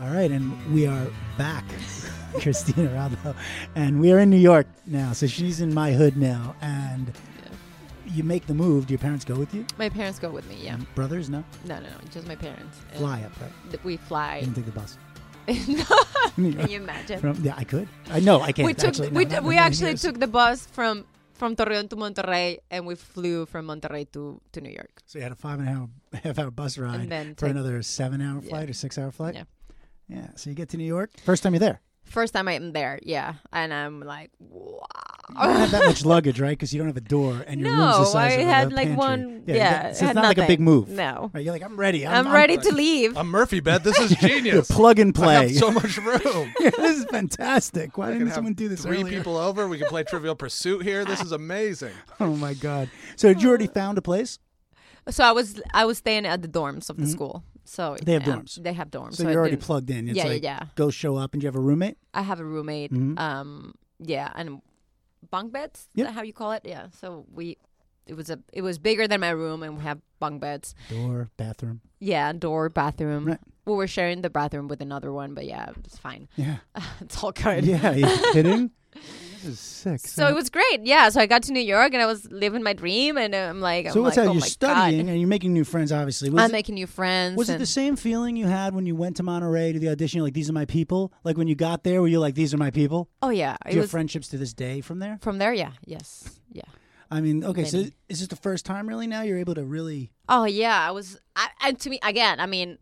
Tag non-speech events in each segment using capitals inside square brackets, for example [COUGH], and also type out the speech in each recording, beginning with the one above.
All right, and we are back, [LAUGHS] Christina Radlow, and we are in New York now. So she's in my hood now, and you make the move. Do your parents go with you? My parents go with me. Yeah. Uh, Brothers, no. No, no, no. Just my parents. Mm-hmm. And Fly up, right? th- We fly. Didn't take the bus. [LAUGHS] Can [LAUGHS] Yeah. you imagine? Mm-hmm. From, yeah, I could. I know I can't. we took actually, we, no, d- not we many actually years. took the bus from from Torreon to Monterrey and we flew from Monterrey to to New York. So you had a five and a half, half [LAUGHS] hour bus ride then for take- another seven hour Yeah. flight or six hour flight. Yeah. Yeah. So you get to New York. First time you're there. First time I'm there, yeah, and I'm like, You don't wow. [LAUGHS] have that much luggage, right? Because you don't have a door and your room's the no, I size of a had like pantry. one. Yeah, you got- so it's not like a big move. No, Right, you're like, I'm ready. I'm, I'm, ready to leave. I'm Murphy bed. This [LAUGHS] is You're genius. plug and I have play. so much room. [LAUGHS] this is fantastic. Why I didn't can have someone do this Three earlier? people over. We can play Trivial Pursuit here. This is amazing. Oh my god! So had you already found a place? so I was I was staying at the dorms of the school. So Mm-hmm. They have yeah, dorms. They have dorms. So I you're already didn't- plugged in. It's Yeah, yeah, like, yeah. Go show up, and you have a roommate. I have a roommate. Mhm. Um, yeah, and bunk beds. Yep. Is that how you call it? Yeah. So we, it was a, it was bigger than my room, and we have bunk beds. Door, bathroom. Yeah, door, bathroom. Right. We were sharing the bathroom with another one, but yeah, it's fine. [LAUGHS] Yeah. It's all good. Yeah. Are [LAUGHS] you kidding? this is sick. So it was great. Yeah. So I got to New York, and I was living my dream, and I'm like, So I'm what's like, how oh you're my studying God. and you're making new friends? Obviously, was I'm it, making new friends. was it and- the same feeling you had when you went to Monterey to the audition? You're like these are my people. Like when you got there, were you like these are my people? Oh yeah, Do it you was have friendships to this day from there? from there. Yeah. Yes. Yeah. I mean, okay, so Many. is this the first time really now you're able to really? Oh yeah, I was. I, and to me, again, I mean,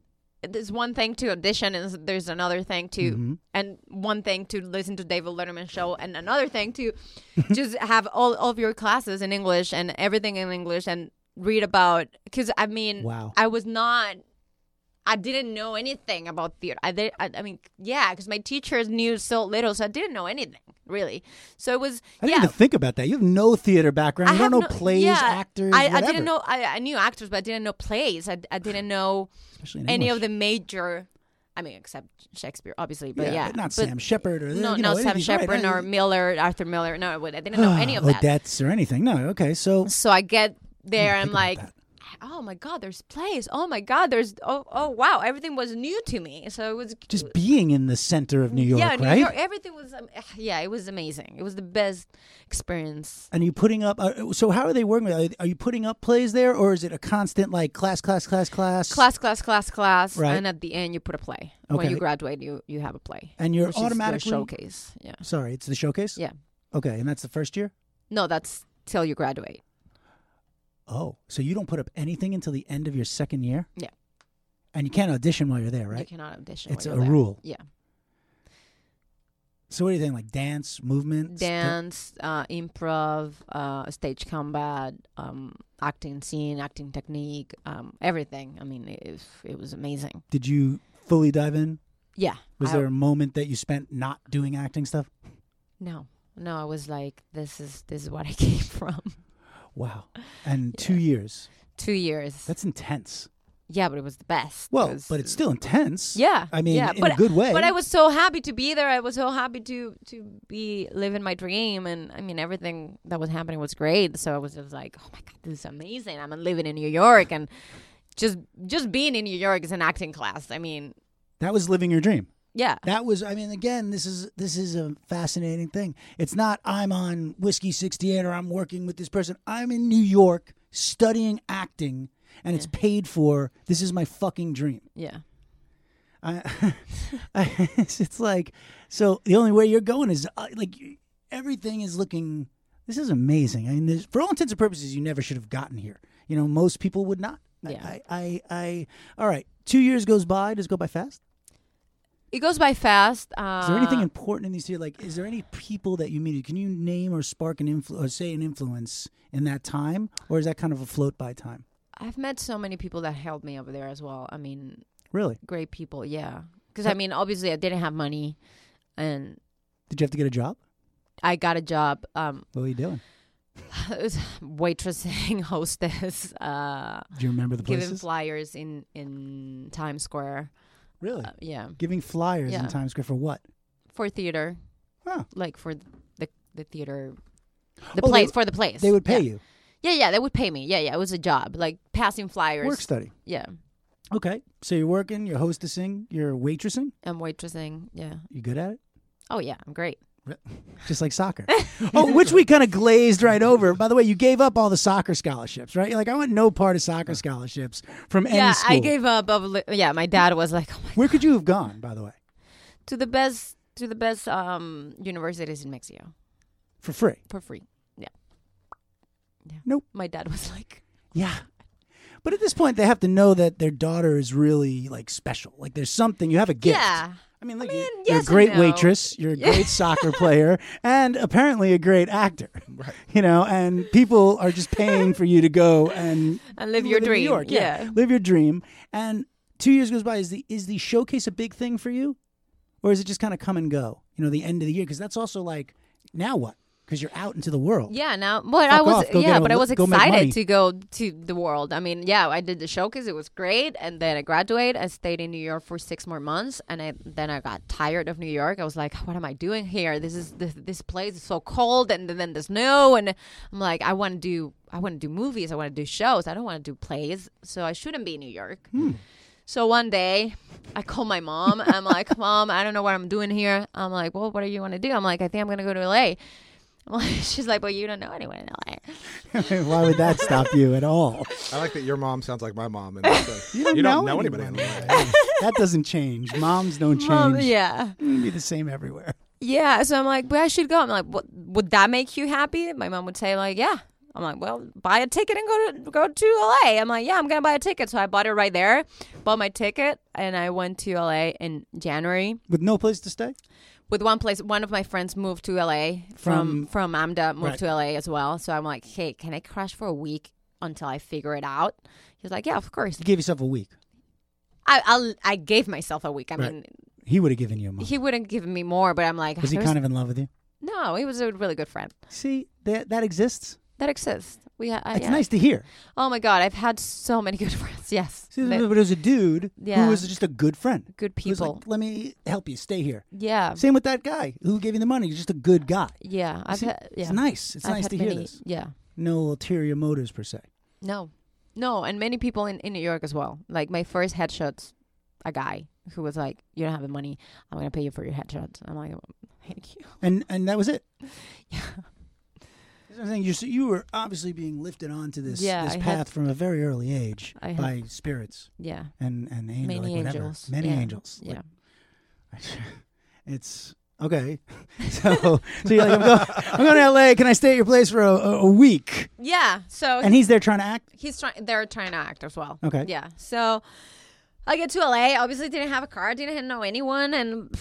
there's one thing to audition, and there's another thing to, Mm-hmm. and one thing to listen to David Letterman show, and another thing to [LAUGHS] just have all, all of your classes in English and everything in English, and read about. Because I mean, Wow. I was not. I didn't know anything about theater. I, did, I, I mean, yeah, because my teachers knew so little, so I didn't know anything really. So it was. I yeah, didn't even think about that. You have no theater background. you have don't know no- plays, yeah, actors. I, I whatever, didn't know. I, I knew actors, but I didn't know plays. I, I didn't know especially in any English. of the major. I mean, except Shakespeare, obviously, but yeah, but not Sam Shepard or no, you no know, Sam Shepard right, Oh, or Miller, Arthur Miller. No, I would- I didn't know [SIGHS] any of that. Odette's or anything. No, okay, so So I get there, think I'm about like, that. oh my god, there's plays. Oh my god, there's oh oh wow, everything was new to me. So it was just being in the center of New York, yeah, New right? York. Everything was um, [SIGHS] yeah, it was amazing. It was the best experience. And you putting up. Uh, so how are they working? Are, are you putting up plays there, or is it a constant like class, class, class, class, Class, class, class, class, Right. and at the end you put a play. Okay. When you graduate, you you have a play. And you're which is your automatically- showcase. Yeah, Sorry, it's the showcase. yeah. Okay, and that's the first year. No, that's till you graduate. Oh, so you don't put up anything until the end of your second year? Yeah. And you can't audition while you're there, You right? cannot audition. It's while a you're there. rule. Yeah, So what do you think? Like dance, movement, st- dance, uh, improv, uh, stage combat, um, acting scene, acting technique, um, everything. I mean, it, it was amazing. did you fully dive in? Yeah. Was I- there a moment that you spent not doing acting stuff? No, no. I was like, this is this is what I [LAUGHS] came from. Wow. And two years. Two years. That's intense. yeah, but it was the best. Well, 'cause- but it's still intense. Yeah. I mean, yeah, in but, a good way. But I was so happy to be there. I was so happy to to be living my dream, and I mean, everything that was happening was great. So I was just like, oh my god, this is amazing. I'm living in New York, and just just being in New York is an acting class. I mean, That was living your dream. yeah, That was I mean again this is this is a fascinating thing. It's not I'm on Whiskey 68 or I'm working with this person. I'm in New York studying acting and it's paid for. This is my fucking dream. yeah. I, [LAUGHS] I it's, it's like so the only way you're going is uh, like everything is looking this is amazing. I mean there's- for all intents and purposes you never should have gotten here. You know most people would not. I- Yeah. I, I I all right. 2 years goes by. Does it go by fast? It goes by fast. Uh, Is there anything important in these here? Like, is there any people that you meet? Can you name or spark an influ- or say an influence in that time, or is that kind of a float by time? I've met so many people that helped me over there as well. I mean, Really? great people. Yeah, because I mean, obviously, I didn't have money, and Did you have to get a job? I got a job. Um, [LAUGHS] What were you doing? it was waitressing, [LAUGHS] hostess. Uh, Do you remember the Giving places? flyers in in Times Square. really? Uh, yeah, Giving flyers in yeah. Times Square for what? for theater, Huh. like for the the theater, the Oh, they- place for the place. They would pay yeah. you Yeah, yeah, they would pay me. Yeah, yeah, it was a job, like passing flyers. work study. Yeah, Okay. So you're working, you're hostessing, you're waitressing. I'm waitressing. Yeah. You good at it? Oh yeah, I'm great. Just like [LAUGHS] soccer. oh, which we kind of glazed right over. By the way, you gave up all the soccer scholarships, right? You're like, I want no part of soccer scholarships from any yeah, school. I gave up. Of, li- yeah, my dad was like, oh my, Where could you have gone, by the way? to the best, to the best um universities in Mexico For free. for free. Yeah. Yeah. Nope. My dad was like, Yeah. But at this point, they have to know that their daughter is really like special. Like there's something, you have a gift. yeah. I mean, like, I you- mean, you're a yes and great no. waitress, [LAUGHS] you're a great soccer player, and apparently a great actor. Right. [LAUGHS] You know, and people are just paying for you to go and And [LAUGHS] live your in New dream. York, yeah. Yeah. live your dream. And two years goes by. Is the is the showcase a big thing for you, or is it just kind of come and go? You know, the end of the year because that's also like now what? Because you're out into the world. [LAUGHS] Yeah, now, but I Fuck was off, go yeah, get a but I li- was go make money. excited to go to the world. I mean, yeah, I did the showcase; it was great, and then I graduated. I stayed in New York for six more months, and I, then I got tired of New York. I was like, "What am I doing here? This is this, this place is so cold, and then the snow." And I'm like, "I want to do I want to do movies. I want to do shows. I don't want to do plays, so I shouldn't be in New York." Hmm. So one day, I call my mom. I'm like, "Mom, I don't know what I'm doing here." I'm like, "Well, what do you want to do?" I'm like, "I think I'm gonna go to LA." Well, [LAUGHS] she's like, well, you don't know anyone in [LAUGHS] LA. Why would that stop you at all? [LAUGHS] I like that your mom sounds like my mom. And it's like, don't you don't know know, anybody. anyone. in LA. That doesn't change. Moms don't change. Mom, yeah, It can be the same everywhere. yeah. So I'm like, but I should go. I'm like, what, would that make you happy? My mom would say, like, yeah. I'm like, well, buy a ticket and go to go to LA. I'm like, yeah, I'm gonna buy a ticket. So I bought it right there, bought my ticket, and I went to LA in January With no place to stay. with one place. One of my friends moved to LA From- from from AMDA, moved Right. to LA as well. So I'm like, hey, can I crash for a week until I figure it out? He was like, yeah, of course. You gave yourself a week. I I'll, I gave myself a week. I Right. mean, He would have given you a month. he wouldn't give me more, but I'm like, Was he there's kind of in love with you? No, he was a really good friend. See, that that exists. That exists. We ha- I- It's Uh, yeah. nice to hear. Oh my god, I've had so many [LAUGHS] good friends. Yes, See, They're but it was a dude Yeah. who was just a good friend. good He was people. Um, like, let me help you stay here. yeah, Same with that guy who gave you the money. He's just a good guy. yeah. I've See, had, yeah. It's nice. It's I've nice had to hear many- this. Yeah. No ulterior motives per se. No, no, and many people in in New York as well. Like my first headshots, a guy who was like, "You don't have the money. I'm gonna pay you for your headshots." I'm like, "Thank you." And and that was it. [LAUGHS] Yeah. That's what I'm saying. You you were obviously being lifted onto this Yeah, this I had- path from a very early age I had- by spirits Yeah. and and angel, many like whatever. angels. many yeah. angels. Yeah. It's okay. [LAUGHS] So so you're like I'm going, I'm going to L.A. Can I stay at your place for a, a, a week? Yeah. So And he's there trying to act. he's trying they're trying to act as well Okay. yeah so i get to la obviously didn't have a car didn't know anyone and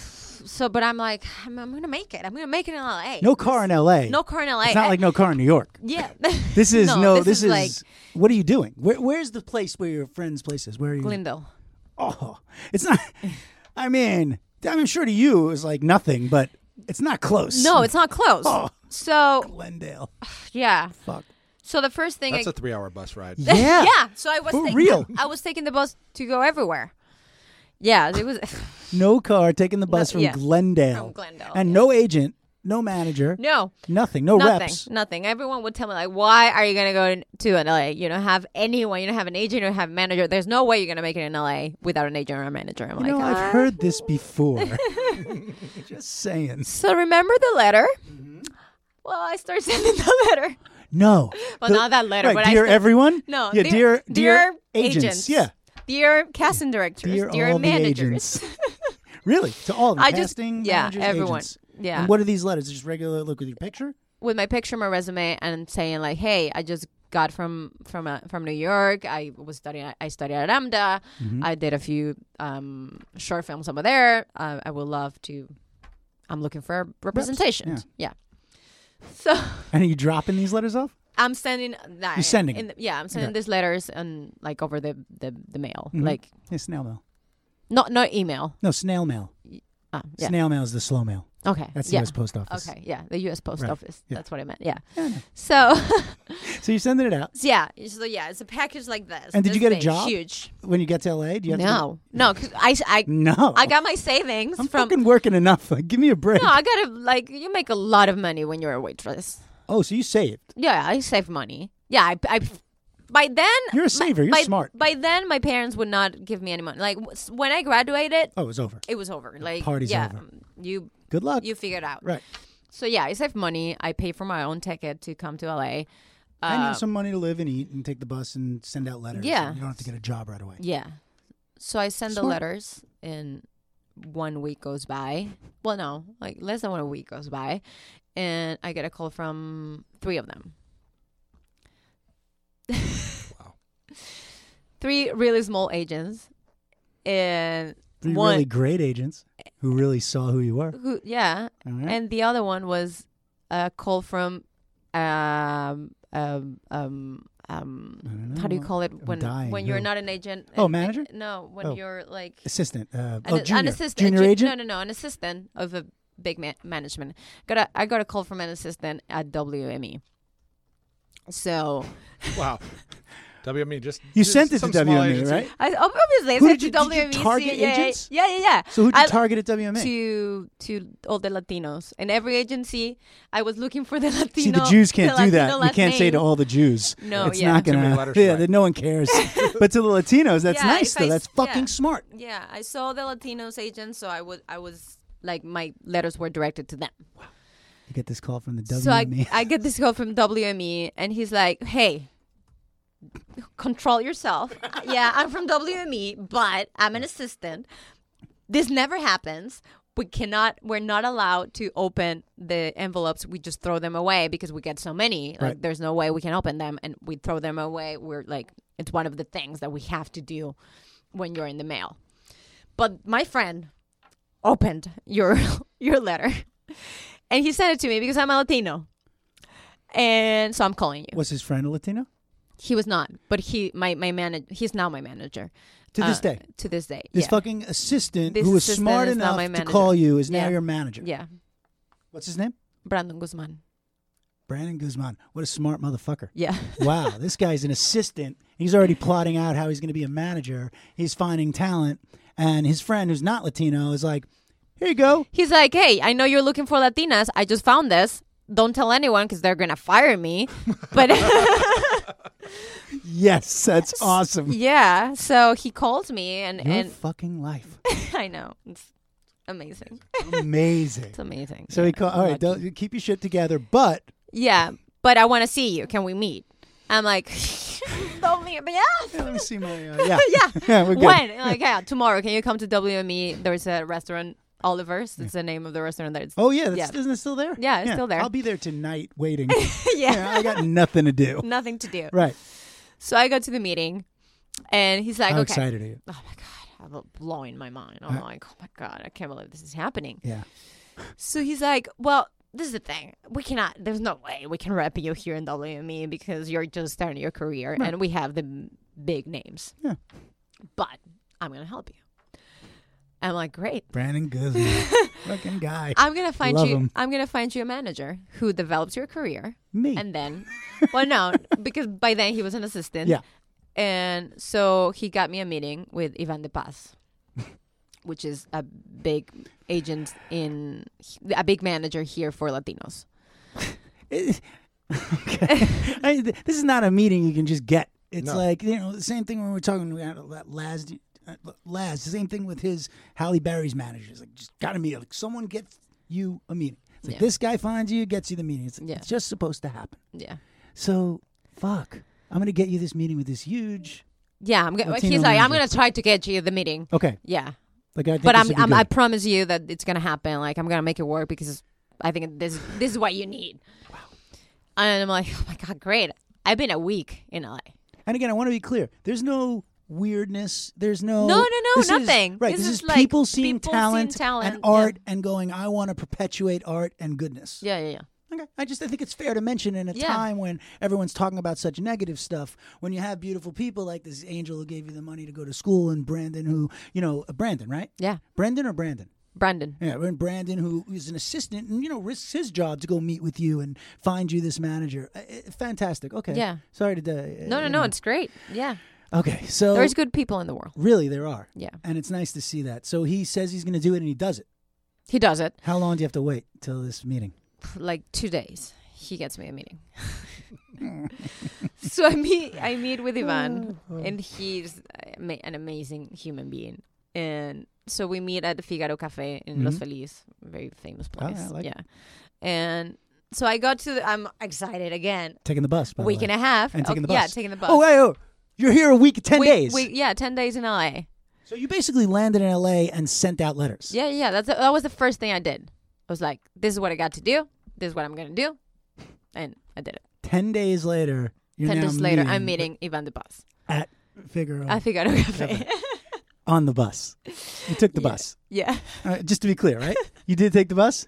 so but i'm like i'm, I'm gonna make it i'm gonna make it in la No car in L.A. no car in la It's not like no car in New York. yeah [LAUGHS] [LAUGHS] This is no. this, is, like what are you doing? Where, where's the place where your friend's place is? Where are you? glendale Oh, it's not. I mean, I'm sure to you it's like nothing, but it's not close. no it's not close Oh. so Glendale. yeah Fuck. so the first thing That's I, a three-hour bus [LAUGHS] ride. Yeah. [LAUGHS] yeah so i was For taking, real. i was taking the bus to go everywhere yeah it was [SIGHS] No car, taking the bus No- from yeah. Glendale. From Glendale, And no agent, no manager, no nothing, no nothing, reps. nothing. Everyone would tell me like, why are you gonna go in- to an LA? You don't have anyone. You don't have an agent. You don't have a manager. There's no way you're gonna make it in LA without an agent or a manager. I'm like, You know, "Ah." I've heard this [LAUGHS] before. Just saying. So remember the letter. Mm-hmm. Well, I started [LAUGHS] sending the letter. No. Well, not that letter, Right, but I dear still- everyone. No, Yeah, dear, dear agents. Yeah. dear casting directors, Dear, dear, all managers. the agents. [LAUGHS] really, to all of them. I just- casting, yeah, managers, everyone. agents. Yeah. And what are these letters? Just regular look with your picture? with my picture, my resume, and saying like, "Hey, I just got from from uh, from New York. I was studying. I studied at AMDA. Mm-hmm. I did a few um, short films over there. Uh, I would love to. I'm looking for representation. yeah. So And are you dropping these letters off? I'm sending that. You're sending in it. the- yeah, I'm sending Okay. these letters and like over the the, the mail, Mhm. like Yeah, snail mail. not not email. No, snail mail. Ah, yeah. Snail mail is the slow mail. Okay. That's the yeah. U.S. Post Office. Okay. Yeah. The U.S. Post Right. Office. Yeah. That's what I meant. Yeah. Yeah, I know. So. So you're sending it out. Yeah. So yeah, it's a package like this. And did you This get a big, job? Huge. When you get to L.A., do you have No, no, 'cause I, I, to? No. I got my savings I'm from. fucking working enough. Like, give me a break. No, I gotta like you make a lot of money when you're a waitress. Oh, so you saved. Yeah, I save money. Yeah, I, I by then You're a saver. You're by, smart. By then, my parents would not give me any money. Like w- s- when I graduated, Oh, it was over. it was over. Like party's yeah, over. you Good luck. you figured out. right. So yeah, I saved money. I paid for my own ticket to come to LA. and you Uh, have some money to live and eat and take the bus and send out letters. Yeah. and You don't have to get a job right away. Yeah. So I send the Smart. letters, and one week goes by. Well, no, like less than one week goes by, and I get a call from three of them. Wow. [LAUGHS] Three really small agents, and Three one really great agents who really saw who you were. who, yeah, All right. and the other one was a call from, um, um, um, um. I don't How do you know. call it when dying. when you're Who? not an agent? Oh, and- manager? No, when Oh. you're like Assistant. Uh, an, oh, an junior. assistant, junior ju- agent. No, no, no, an assistant of a big ma- management. Got a, I got a call from an assistant at WME. So Wow. WME just You just sent it to some small WME, agency. uh, right? I ob- obviously Who I said did you- to did you WME. target CA. agents? Yeah, yeah, yeah. So who did I- you target at WMA? to to all the Latinos in every agency, I was looking for the Latino. See, the Jews can't the do Latino that. You last can't say to name. all the Jews. No, it's yeah. not Too many gonna. letters, yeah, right. that no one [LAUGHS] cares. but to the Latinos, that's Yeah, nice if though. I s- that's fucking yeah. smart. Yeah, I saw the Latinos agents, so I was I was like my letters were directed to them. You get this call from the WMA. So I, [LAUGHS] I get this call from WME, and he's like, "Hey, control yourself. [LAUGHS] yeah, I'm from WME, but I'm an assistant. This never happens. We cannot. We're not allowed to open the envelopes. We just throw them away because we get so many. Like, Right. there's no way we can open them, and we throw them away. We're like, it's one of the things that we have to do when you're in the mail. But my friend opened your [LAUGHS] your letter, and he sent it to me because I'm a Latino, and so I'm calling you. was his friend a Latino? He was not, but he my my manager. He's now my manager To this Uh, day, To this day, this yeah. fucking assistant This who was assistant smart is now enough my to manager. call you is now Yeah. your manager. yeah, What's his name? Brandon Guzman. Brandon Guzman. What a smart motherfucker. Yeah, [LAUGHS] wow, this guy's an assistant. He's already plotting out how he's going to be a manager. He's finding talent. And his friend, who's not Latino, is like, here you go. he's like, hey, I know you're looking for Latinas. I just found this. Don't tell anyone because they're gonna fire [LAUGHS] me. But [LAUGHS] Yes, that's awesome. yeah, so he called me, and Your [LAUGHS] and [LAUGHS] fucking life. I know it's amazing. Amazing. It's amazing. [LAUGHS] So he called, all right, Lucky. don't, keep your shit together, but yeah, but I want to see you. Can we meet? I'm like, [LAUGHS] don't meet, but yeah. Yeah, let me see my, uh, [LAUGHS] yeah. [LAUGHS] Yeah. yeah, we're good. When? Like, yeah, tomorrow. Can you come to WME? There's a restaurant, Oliver's. That's the name of the restaurant that it's. Oh, yeah, that's, Yeah. isn't it still there? Yeah, it's still there. I'll be there tonight [LAUGHS] waiting. [LAUGHS] [LAUGHS] yeah. yeah, I got nothing to do. [LAUGHS] Nothing to do. Right. So I go to the meeting, and he's like, How okay. excited are you? Oh my God. I'm blowing my mind. I'm Uh, like, oh my God, I can't believe this is happening. Yeah. So he's like, well, this is the thing. We cannot, there's no way we can rep you here in WME because you're just starting your career and we have the m- big names. Yeah. But I'm going to help you. I'm like, great. Brandon [LAUGHS] Guzman. fucking guy. I'm gonna find Love you. him. I'm gonna find you a manager who develops [LAUGHS] your career, Me. and then, well, no, because by then he was an assistant. Yeah. And so he got me a meeting with Ivan [LAUGHS] de Paz, which is a big agent in a big manager here for Latinos. It- [LAUGHS] okay. I, th- this is not a meeting you can just get. It's No. like you know the same thing when we we're talking about La- Laz. uh, Laz, the same thing with his Halle Berry's managers. Like, just got a meeting. Like, someone gets you a meeting. It's like Yeah. this guy finds you, gets you the meeting. It's, Yeah. it's just supposed to happen. Yeah. So, fuck. I'm gonna get you this meeting with this huge. Yeah, I'm gonna. Latino he's like, I'm manager. gonna try to get you the meeting. Okay, Yeah, like I think but this I'm, would be I'm I good. promise you that it's gonna happen. Like I'm gonna make it work because I think this this is what you need. Wow. And I'm like, [LAUGHS] oh my god, great! I've been a week in LA. and again, I want to be clear. There's no weirdness. There's no No, no, no, this is- nothing. right, This this, is is, like people seeing people seeing talent, and talent, yeah. art and going. I want to perpetuate art and goodness. Yeah, yeah, yeah. Okay. I just I think it's fair to mention in a Yeah. time when everyone's talking about such negative stuff, when you have beautiful people like this angel who gave you the money to go to school and Brandon who you know uh, Brandon, right? Yeah, Brandon or Brandon? Brandon. Yeah, and Brandon who is an assistant and you know risks his job to go meet with you and find you this manager. Uh, uh, fantastic. Okay. Yeah. Sorry to uh, No, no, you no. know. It's great. Yeah, Okay. So there's good people in the world. really there are. Yeah, And it's nice to see that. So he says he's going to do it and he does it. he does it. [LAUGHS] How long do you have to wait till this meeting? Like two days, he gets me a meeting. [LAUGHS] so I meet I meet [SIGHS] with Ivan, Oh, and he's ama- an amazing human being. And so we meet at the Figaro Cafe in Los Mhm. Feliz, very famous Oh, yeah, I place. like it. yeah, and so I got to. The, I'm excited again. Taking the bus. By the week way. and a half. And taking Okay, the Yeah, bus. taking the bus. Oh, hey, oh, you're here a week, ten Week- days. week- yeah, ten days in LA. So you basically landed in L.A. and sent out letters. Yeah, yeah. That's that was the first thing I did. I was like, this is what I got to do. This is what I'm gonna do, and I did it. Ten days later. You're ten now days later, I'm meeting Oh. meeting Ivan the bus. at Figaro I Figaro Cafe. on the bus. You took the Yeah. bus. [LAUGHS] yeah. All right, just to be clear, [LAUGHS] right? You did take the bus?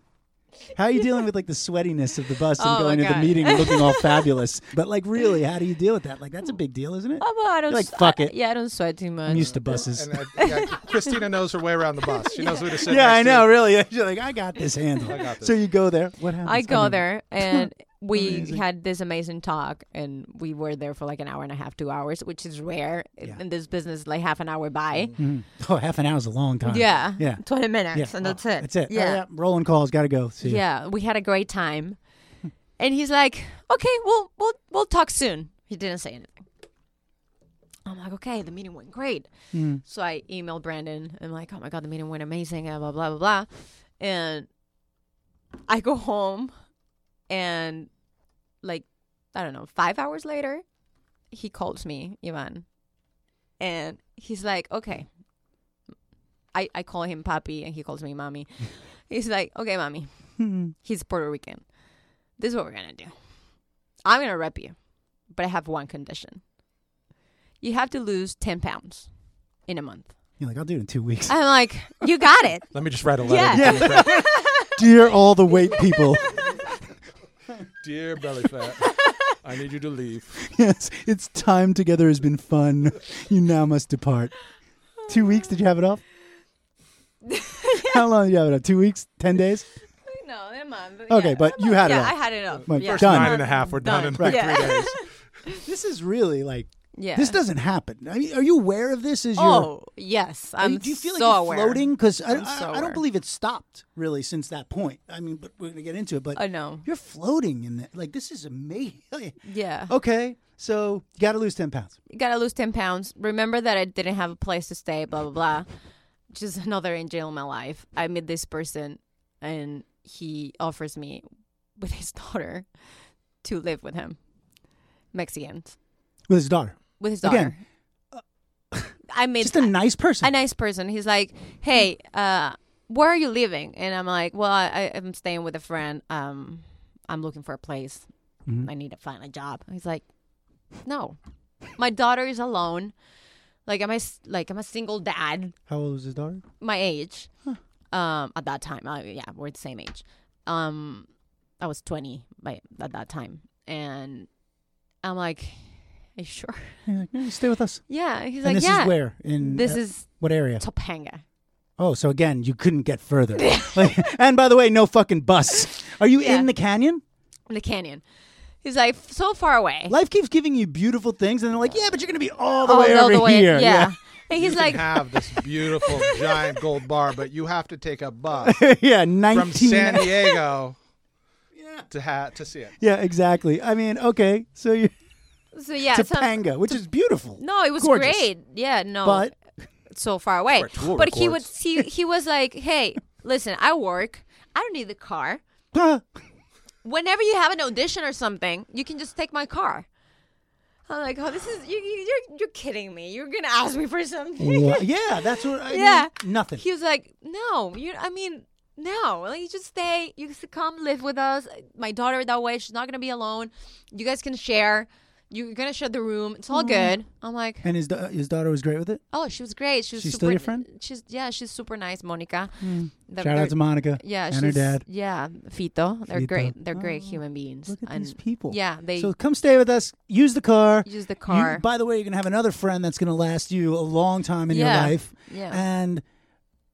How are you dealing with like the sweatiness of the bus and Oh, my going to the God. meeting and looking [LAUGHS] all fabulous? But like really, how do you deal with that? Like that's a big deal, isn't it? Oh, well, I don't You're like, s- "Fuck I- it." Yeah, I don't sweat too much. I'm used to buses. And I, yeah, Christina knows her way around the bus. She knows who to sit yeah, I next to. know, really. [LAUGHS] You're like, I got this handle. [LAUGHS] I got this. So you go there. What happens? I go mean, there [LAUGHS] and we Amazing. had this amazing talk and we were there for like an hour and a half, two hours, which is rare Yeah. in this business, like half an hour by. mhm. Oh, half an hour is a long time. Yeah. Yeah. Twenty minutes Yeah. and Oh, that's it. That's it. Oh, Yeah. yeah. Rolling calls, gotta go. See ya. Hmm. Yeah, we had a great time. And he's like, "Okay, we'll we'll we'll talk soon." He didn't say anything. I'm like, "Okay, the meeting went great." Mm. So I emailed Brandon. I'm like, "Oh my god, the meeting went amazing." And blah blah blah blah. And I go home, and like I don't know, five hours later, he calls me, Ivan, and he's like, "Okay." I, I call him papi and he calls me mommy. He's like, okay, mommy, Mhm. he's Puerto Rican. This is what we're gonna do. I'm gonna rep you, but I have one condition. You have to lose ten pounds in a month. You're like, I'll do it in two [LAUGHS] weeks. I'm like, you got it. Let me just write a letter. [LAUGHS] Yeah. to Billy Fat. Dear all the weight people. [LAUGHS] Dear belly fat, I need you to leave. yes. It's time together has been fun. You now must depart. Two weeks, did you have it [LAUGHS] off? How long did you have it up? Two weeks? Ten days? no, in a month. Okay, but you had it yeah, off. I had it up. Like, yeah. Done. Nine and a half. We're done, in Done. like Right. three days. This is really like Yeah. this doesn't happen. I mean, are you aware of this? Is your Oh yes, I I'm. mean, do you feel so like aware. you're floating? Because I, I'm I, so I aware. don't believe it stopped really since that point. I mean, but we're gonna get into it. But I know. you're floating in that. Like this is amazing. [LAUGHS] Yeah. okay, so you got to lose ten pounds. You gotta lose ten pounds. Remember that I didn't have a place to stay. Blah blah blah. Just another angel in my life. I meet this person, and he offers me with his [LAUGHS] daughter to live with him. Mexicans With his daughter, with his daughter. Again. I made just a nice person. a nice person. He's like, "Hey, uh, where are you living?" And I'm like, "Well, I, I'm staying with a friend. Um, I'm looking for a place. Mm-hmm. I need to find a job." And he's like, "No, my daughter is alone. Like, I'm a s- like I'm a single dad, How old was his daughter? my age. Um, at that time, I, yeah, we're the same age. Um, I was 20 by at that time, and I'm like, "Are you sure?" [LAUGHS] [LAUGHS] He's like, "No, you stay with us. Yeah, he's and like, this "Yeah." is where in this uh, is what area? Topanga. Oh, so again, you couldn't get [LAUGHS] further. Like- and by the way, no fucking bus. Are you Yeah. in the canyon? in the canyon. He's like so far away, Life keeps giving you beautiful things, and they're like, yeah, but you're gonna be all the Oh, way no, over the way- here. yeah. [LAUGHS] And he's you like, can [LAUGHS] have this beautiful giant gold bar, but you have to take a [LAUGHS] bus yeah, [LAUGHS] yeah, from nineteen. San Diego Yeah. to ha- to see it. yeah, exactly. I mean, okay, so [LAUGHS] you so yeah, so- Topanga, which is beautiful. no, it was Gorgeous. great. Yeah, no, but so far away. Where tour But he would records. [LAUGHS] see. He was like, hey, listen, I work. I don't need the car. huh, Whenever you have an audition or something, you can just take my car. I'm like, oh, this is you, you, you're you're kidding me. You're gonna ask me for something. wha- yeah, that's what. I mean, Yeah. nothing. He was like, no, you. I mean, no. Like, you just stay. You just come live with us. My daughter that way. She's not gonna be alone. You guys can share. You're gonna share the room. It's Mm. all good. I'm like, and his da- his daughter was great with it. oh, she was great. She was She's super, still your friend? Mm. She's yeah, she's super nice, Monica. The- Shout they're- out to Monica. yeah, and her she's- dad. Yeah, Fito. They're Fito. great. They're great Oh, human beings. Look at and these people. Yeah, they So come stay with us. Use the car. use the You- car. by the way, you're gonna have another friend that's gonna last you a long time in Yeah. your life. Yeah. And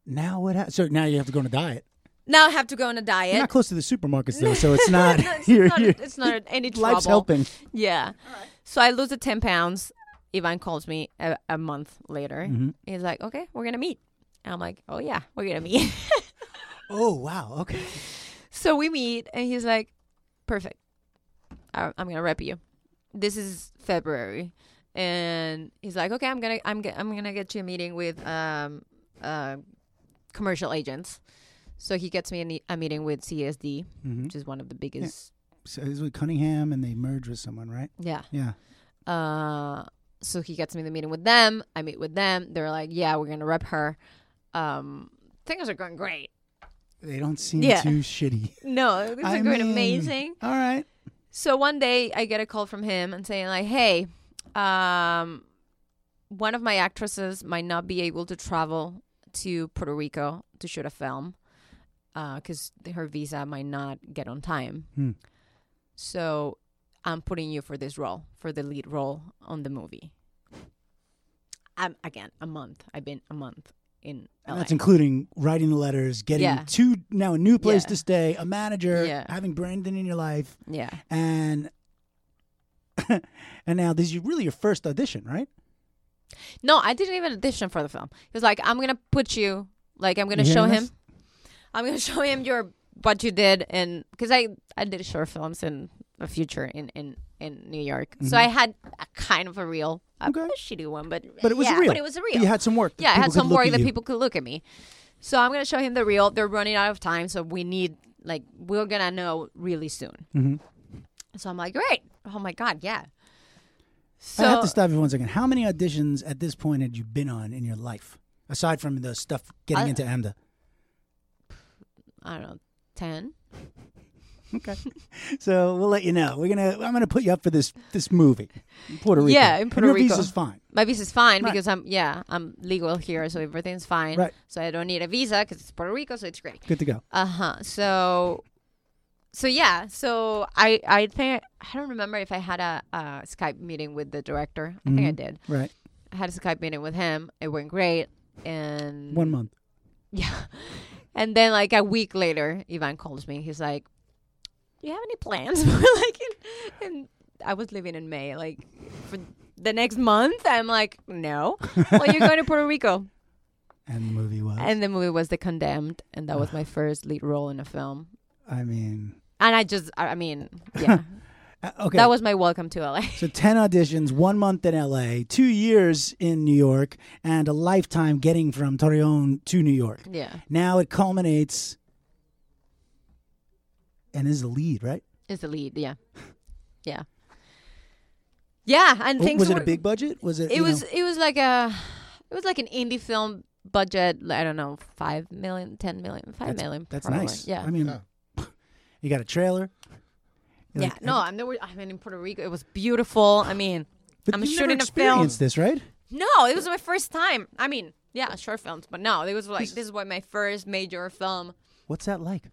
now what? Ha- so now you have to go on a diet. now I have to go on a diet. You're not close to the supermarkets though, [LAUGHS] so it's not. [LAUGHS] No, it's, you're- not, [LAUGHS] you're- it's not any trouble. life's helping. Yeah. So I lose the 10 pounds. Ivan calls me a, a month later. He's like, okay, we're going to meet. And I'm like, oh, yeah, we're going to meet. [LAUGHS] Oh wow. Okay. so we meet, and he's like, perfect. I, I'm going to rep you. this is February, and he's like, okay, I'm gonna I'm ge- I'm gonna get you a meeting with um uh, commercial agents. So he gets me a, ne- a meeting with CSD, hmm which is one of the biggest. So it was with Cunningham, and they merged with someone, right? Yeah. Yeah. Uh, so he gets me the meeting with them. I meet with them. They're like, yeah, we're gonna rep her. Um, things are going great. They don't seem Yeah. too shitty. No, things I are going mean, amazing. [LAUGHS] All right. So one day I get a call from him and saying like, "Hey, um, one of my actresses might not be able to travel to Puerto Rico to shoot a film because her visa might not get on time. Hmm. So I'm putting you for this role, for the lead role on the movie. I'm again a month. I've been a month in And LA. that's including writing the letters, getting Yeah. to now a new place Yeah. to stay, a manager, Yeah. having Brandon in your life, yeah, and [LAUGHS] and now this is really your first audition, right? No, I didn't even audition for the film. He was like, "I'm gonna put you, like, I'm gonna You show hearing him, this? I'm gonna [LAUGHS] show him your what you did, and because I I did short films in the future in in in New York, so I had a kind of a real, a Mm-hmm. Okay. shitty one, but But it was yeah, real. but it was a real, You had some work. that yeah, I people had could some look worry at that you. people could look at me. So I'm gonna show him the reel. They're running out of time, so we need like we're gonna know really soon. Mhm. So I'm like, great. Oh my god, yeah. So I have to stop you for one second. How many auditions at this point had you been on in your life, aside from the stuff getting I- into AMDA? I don't know, ten. Okay, so we'll let you know. We're gonna. I'm gonna put you up for this this movie, in Puerto Rico. Yeah, in And Puerto your Rico. visa's fine. my visa's fine Right. because I'm yeah I'm legal here, so everything's fine. Right. So I don't need a visa because it's Puerto Rico, so it's great. Good to go. Uh huh. So, so yeah. So I I think I don't remember if I had a, a Skype meeting with the director. I think I Mhm. did. Right. I had a Skype meeting with him. It went great. And One month. yeah. And then like a week later, Ivan calls me. He's like, "Do you have any plans?" [LAUGHS] for like, in, in, I was living in May. Like for the next month, I'm like, [LAUGHS] "No." well, you're going to Puerto Rico, And the movie was. and the movie was The Condemned, and that was Ah. my first lead role in a film. I mean, And I just, I I [LAUGHS] mean, yeah, uh, okay. that was my welcome to LA. so ten auditions, one month in L.A., two years in New York, and a lifetime getting from Torreon to New York. yeah, Now it culminates, and is the lead right? [LAUGHS] it's the lead. Yeah, yeah, yeah. And W- things Oh, was it were- a big budget? Was it? it you was know- it was like a it was like an indie film budget like, i don't know five million, ten million, five million. That's probably. nice. yeah I mean, Yeah. [LAUGHS] you got a trailer. You're yeah like, no i'm there were- i mean in puerto rico it was beautiful i mean But I'm you've shooting never a experienced this, right? no it was my first time i mean yeah short films but no it was like this is what my first major film What's that like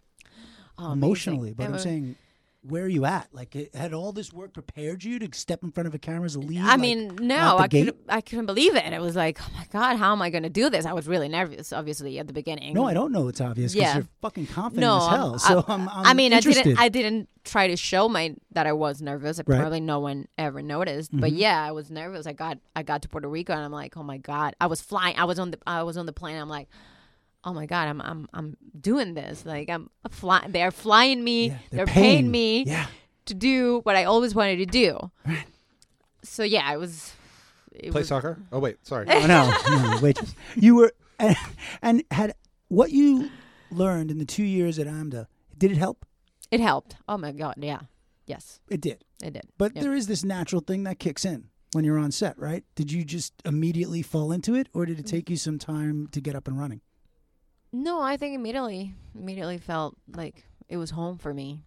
Oh, amazing. emotionally? But It I'm was- saying, where are you at? Like, it, had all this work prepared you to step in front of a camera as a lead? I like, mean, no, out the I couldn't. I couldn't believe it. I was like, "Oh my god, how am I going to do this?" I was really nervous, obviously, at the beginning. No, I don't know. It's obvious because Yeah. you're fucking confident no, as I'm- hell. I- so I'm, I'm. I mean, I interested. didn't. I didn't try to show my that I was nervous. Right. Mm-hmm. Probably no one ever noticed. But yeah, I was nervous. I got I got to Puerto Rico and I'm like, oh my god. I was flying. I was on the I was on the plane. I'm like, oh my god. I'm I'm I'm doing this. Like I'm fly. They're flying me. Yeah, they're, paying me [LAUGHS] Yeah, to do what I always wanted to do. So yeah, I was. It Play was soccer? Oh wait, [LAUGHS] sorry. I know. no, waitress. You were and, and had what you learned in the two years at AMDA. Did it help? it helped. Oh my god. Yeah. Yes, It did. it did. But Yeah. there is this natural thing that kicks in when you're on set, right? Did you just immediately fall into it, or did it take you some time to get up and running? No, I think immediately immediately felt like it was home for me.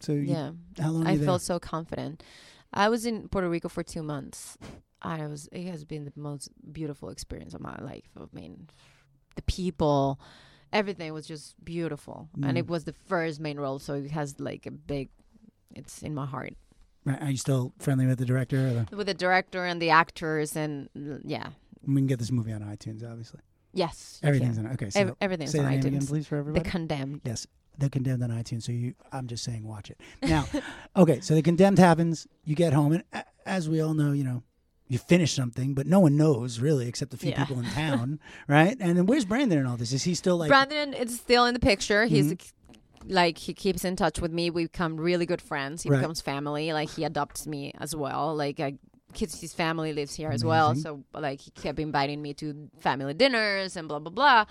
So you, Yeah. how long? Were I you there? felt so confident. I was in Puerto Rico for two months. I was. It has been the most beautiful experience of my life. I mean, the people, everything was just beautiful, and it Mm. was the first main role, so it has like a big. It's in my heart Right, Are you still friendly with the director? Or the, with the director and the actors, and mm, yeah, we can get this movie on iTunes, obviously. yes, you Everything's can. on. Okay, so Ev- everything's say on the name again, iTunes. please, for the everybody. condemned. yes, the condemned on iTunes. So you, I'm just saying, watch [LAUGHS] it now. okay, so the condemned happens. You get home, and a- as we all know, you know, you finish something, but no one knows really, except a few Yeah. [LAUGHS] people in town, right? And then where's Brandon in all this? Is he still like? Mm-hmm. Brandon is still in the picture. He's like he keeps in touch with me. We become really good friends. He Right. becomes family. Like he adopts me as well. Like I, his, his family lives here as well. So like he kept inviting me to family dinners and blah blah blah.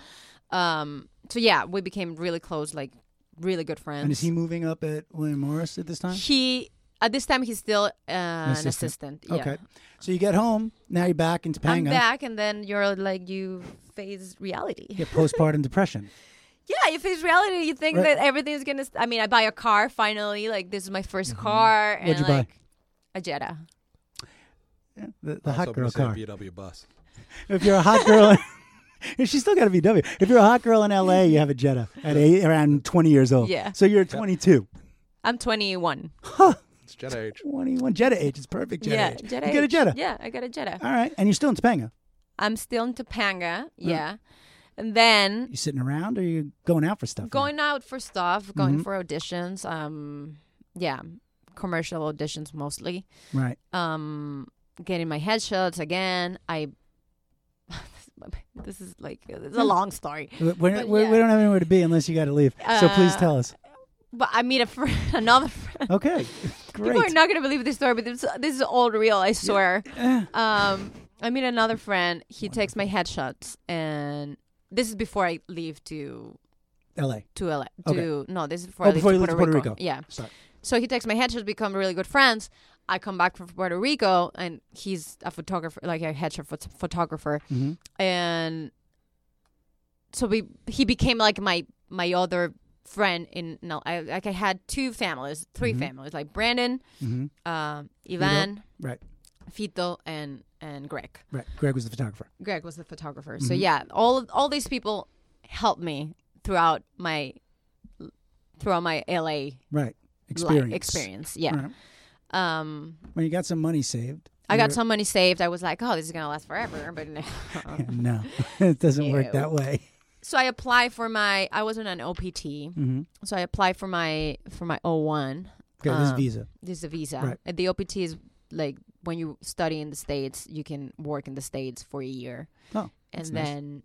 Um. So yeah, we became really close. Like really good friends. And is he moving up at William Morris at this time? He at this time he's still uh, an assistant. assistant. Yeah. Okay. So you get home. Now you're back in I'm Topanga. back, and then you're like you face reality. You get [LAUGHS] postpartum depression. Yeah, if it's reality, you think Right. that everything's gonna. St- I mean, I buy a car finally. Like this is my 1st car, and Mm-hmm. What'd you buy? like a Jetta. The, the I was hot hoping girl to say car. VW bus. If you're a hot [LAUGHS] girl, [LAUGHS] she's still got a VW. If you're a hot girl in LA, you have a Jetta at eight, around 20 years old. Yeah. So you're 22. I'm 21. It's jet age. 21. Jetta age is perfect. Jetta yeah, age. Jetta. You get a H. Jetta. Yeah, I got a Jetta. All right. And you're still in Topanga. I'm still in Mm. Topanga. Yeah, and then You sitting around or you going out for stuff? now? going out for stuff, going Mm-hmm. for auditions. Um, yeah, commercial auditions mostly. Right. um getting my headshots again i [LAUGHS] this is like it's a Hmm. long story We're, we're, But we're- yeah. We don't have anywhere to be unless you got to leave. so please Uh, tell us. but i meet a friend [LAUGHS] another friend Okay. [LAUGHS] people are Great. not gonna believe this story but this, this is all real i swear Eh, um i meet another friend he takes my headshots and this is before i leave to LA. to LA, to Okay. no this is Oh, before, before I you leave leave to to Puerto, Puerto Rico. Rico. yeah Sorry. so he takes my headshots become really good friends i come back from puerto rico and he's a photographer like a headshot phot- photographer Mhm. and so we he became like my my other friend in no I like I had two families, 3 Mhm. families like Brandon, Mhm. um, Ivan, Right. Fito, and and Greg. Right. Greg was the photographer. Greg was the photographer. Mm-hmm. So yeah, all of, all these people helped me throughout my throughout my LA Right. Experience. experience. experience. Yeah. All right. Um When you got some money saved. I you're- got some money saved. I was like, "Oh, this is gonna last forever," [LAUGHS] but no. [LAUGHS] No, it doesn't work No. that way. so I applied for my. I was on an OPT, so I applied for my for my O one. Mm-hmm. Okay, this is Um, visa. This is a visa. Right. And the OPT is like when you study in the states, you can work in the states for a year, Oh, and that's nice, then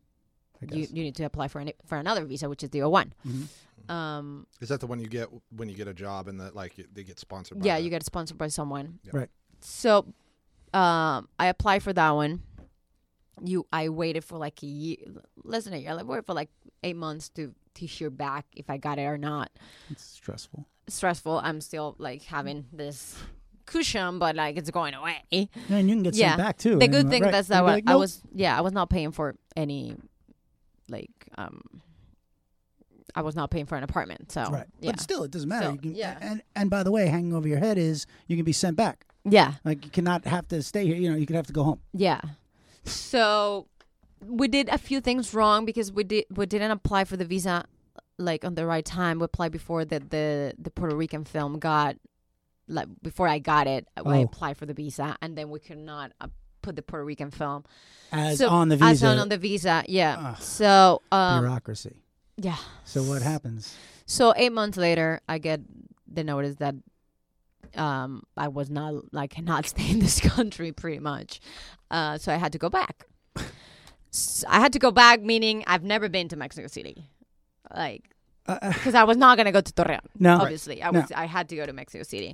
I you, guess. you need to apply for an, for another visa, which is the O one. Mhm. Um, Is that the one you get when you get a job and that like they get sponsored? By yeah, the- you get sponsored by someone. Yeah. Right. So, um, I applied for that one. You, I waited for like a year, less than a year. I waited for like eight months to to hear back if I got it or not. it's stressful. stressful. I'm still like having this cushion, but like it's going away. And you can get Yeah. sent back too. the and, good uh, thing right. that's You'd that be what like, I nope. was yeah, I was not paying for any like um I was not paying for an apartment. So Right. yeah. But still, it doesn't matter. So, you can, yeah. And and by the way, hanging over your head is you can be sent back. yeah. Like you cannot have to stay here. You know, you could have to go home. Yeah. So we did a few things wrong because we did we didn't apply for the visa like on the right time. We applied before the the, the Puerto Rican film got like before I got it. uh, I Oh. applied for the visa and then we could not uh, put the Puerto Rican film As So, on the visa. Ah. as on, on the visa. Yeah. Ugh. So um, bureaucracy. yeah. So what happens? So eight months later, I get the notice that um I was not I cannot [LAUGHS] stay in this country pretty much. Uh, so I had to go back. S I I had to go back, meaning I've never been to Mexico City, like Uh, uh, because I was not gonna go to Torreon. No. Right. obviously, I No. was. I had to go to Mexico City.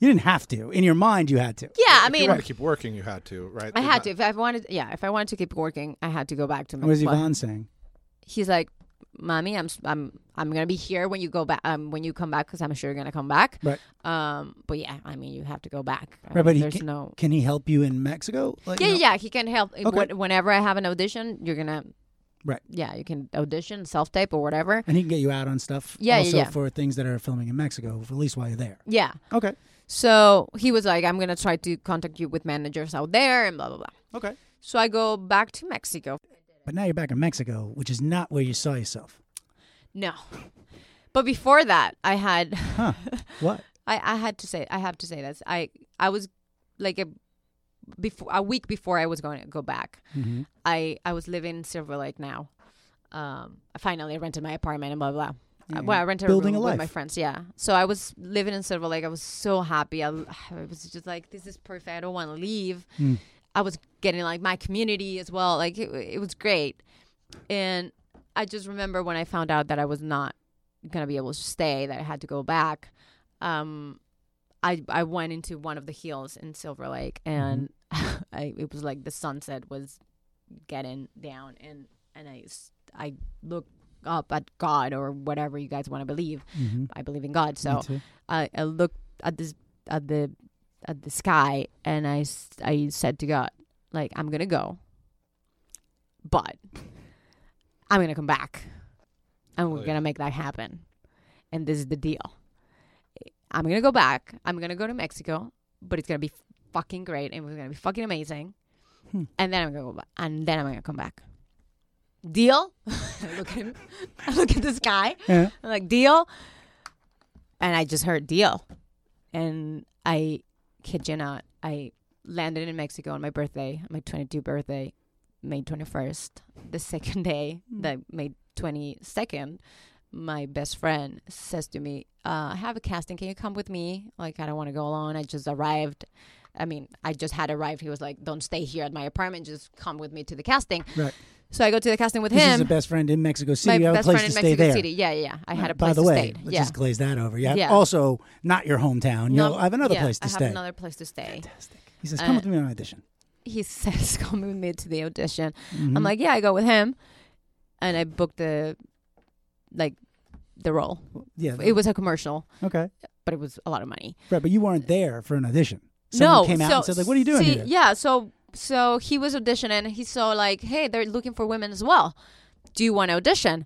you didn't have to. In your mind, you had to. Yeah, I If you mean, want to keep working, you had to, right? I They're had not- to. If I wanted, yeah, if I wanted to keep working, I had to go back to What was Mexico. Yvonne saying? he's like, "Mommy, I'm s- I'm I'm gonna be here when you go back. Um, when you come back, because I'm sure you're gonna come back. Right. Um, but yeah, I mean, you have to go back. I Right, mean, but he there's can- no. Can he help you in Mexico? Like, Yeah, you know- yeah, he can help. If- Okay. wh- Whenever I have an audition, you're gonna. Right. Yeah, you can audition, self tape, or whatever. And he can get you out on stuff. Yeah, yeah, also yeah. for things that are filming in Mexico, for at least while you're there. Yeah. Okay. So he was like, "I'm gonna try to contact you with managers out there and blah blah blah." Okay. So I go back to Mexico. But now you're back in Mexico, which is not where you saw yourself. No. [LAUGHS] But before that, I had [LAUGHS] Huh. what? I, I had to say I have to say this. I I was like a before a week before I was going to go back. Mm-hmm. I I was living in Silver Lake now. Um, I finally rented my apartment and blah blah. blah. Uh, Well, I rented building a a room with my life. friends. Yeah, so I was living in Silver Lake. I was so happy. I, [SIGHS] I was just like, this is perfect. I don't want to leave. Mm. I was getting like my community as well. Like it, it was great. And I just remember when I found out that I was not gonna be able to stay, that I had to go back. Um, I I went into one of the hills in Silver Lake, and [LAUGHS] I, it was like the sunset was getting down, and and I s- I looked up at God or whatever you guys want to believe. Mm-hmm. I believe in God, so I, I looked at this at the at the sky and I, s- I said to God, like I'm gonna go, but I'm gonna come back, and we're Oh, yeah. gonna make that happen, and this is the deal. I'm gonna go back. I'm gonna go to Mexico, but it's gonna be fucking great, and we're gonna be fucking amazing, Hmm. and then I'm gonna go back, and then I'm gonna come back. Deal? [LAUGHS] I look at him. [LAUGHS] I look at the sky. Yeah. I'm like, deal. And I just heard deal. And I kid you not, I landed in Mexico on my birthday, my 22 birthday, May 21st. The second day, that May 22nd, my best friend says to me, uh, I have a casting. Can you come with me? Like, I don't want to go alone. I just arrived. I mean, I just had arrived. He was like, don't stay here at my apartment. Just come with me to the casting. Right. So I go to the casting with This him is a best friend in Mexico City. my you have best a place friend to in stay Mexico there. Uh, City. Yeah, yeah, yeah. I had a place By the to way, stay. let's yeah. just glaze that over. Yeah. Yeah. Also, not your hometown. You have- I have another yeah, place to I stay. have another place to stay. Fantastic. He says, "Come Uh, with me on audition." He says, [LAUGHS] "Come with me to the audition." Mhm. I'm like, "Yeah, I go with him," and I booked the, like, the role. "Yeah, It was a commercial, okay, but it was a lot of money. right." But you weren't there for an audition. Someone no, came out so, and said, "Like, what are you doing see, here?" Yeah, so so he was auditioning. and He saw like, "Hey, they're looking for women as well. Do you want to audition?"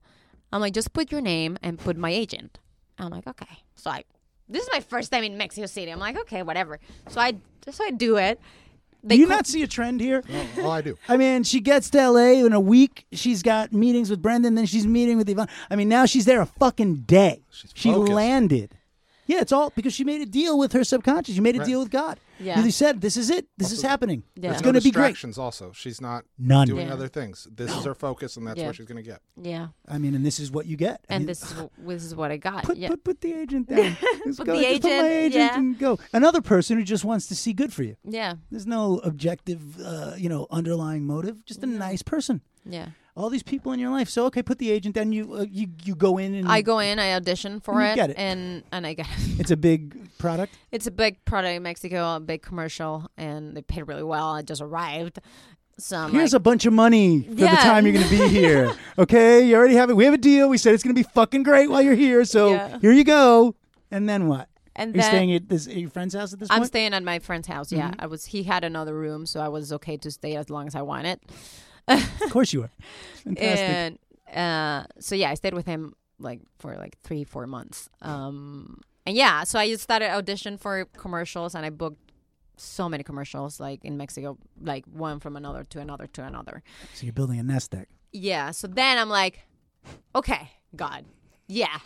I'm like, "Just put your name and put my agent." I'm like, "Okay." So I, this is my first time in Mexico City. I'm like, "Okay, whatever." So I so I do it. They Do you call- not see a trend here? [LAUGHS] Oh, oh, I do. I mean, she gets to LA in a week. She's got meetings with Brendan, then she's meeting with Yvonne. I mean, now she's there a fucking day. She's she focused. landed. Yeah, it's all because she made a deal with her subconscious. You made a Right. deal with God. Yeah. You said, this is it. This is happening. Yeah. It's There's There's going no to be great. distractions Also, she's not None. doing Yeah. other things. This is her focus, and that's Yeah. what she's going to get. yeah, I mean, and this is what you get. I mean, and this is, wh- this is what I got. Put, yeah, put, put the [LAUGHS] agent down. Just Put go, the just put my agent, agent yeah. and go. Another person who just wants to see good for you. yeah, There's no objective, uh, you know, underlying motive. Just a nice person. yeah. All these people in your life. So okay, put the agent down. You uh, you you go in and I go in, I audition for You it, get it. and and I get It's a big product. It's a big product in Mexico, a big commercial, and they paid really well. I just arrived. So I'm Here's like, a bunch of money for the Yeah. time you're going to [LAUGHS] be here. okay, you already have it. We have a deal. We said it's going to be fucking great while you're here. So Yeah. here you go. And then what? and you're then staying at this at your friend's house at this I'm point. staying at my friend's house. Yeah, I was. He had another room, so I was okay to stay as long as I wanted. of course [LAUGHS] you are. Fantastic. And uh, so yeah, I stayed with him like for like three, four months. Um, and yeah, so I just started audition for commercials, and I booked so many commercials like in Mexico, like one from another to another to another. so you're building a nest egg. Yeah. So then I'm like, okay, God, yeah,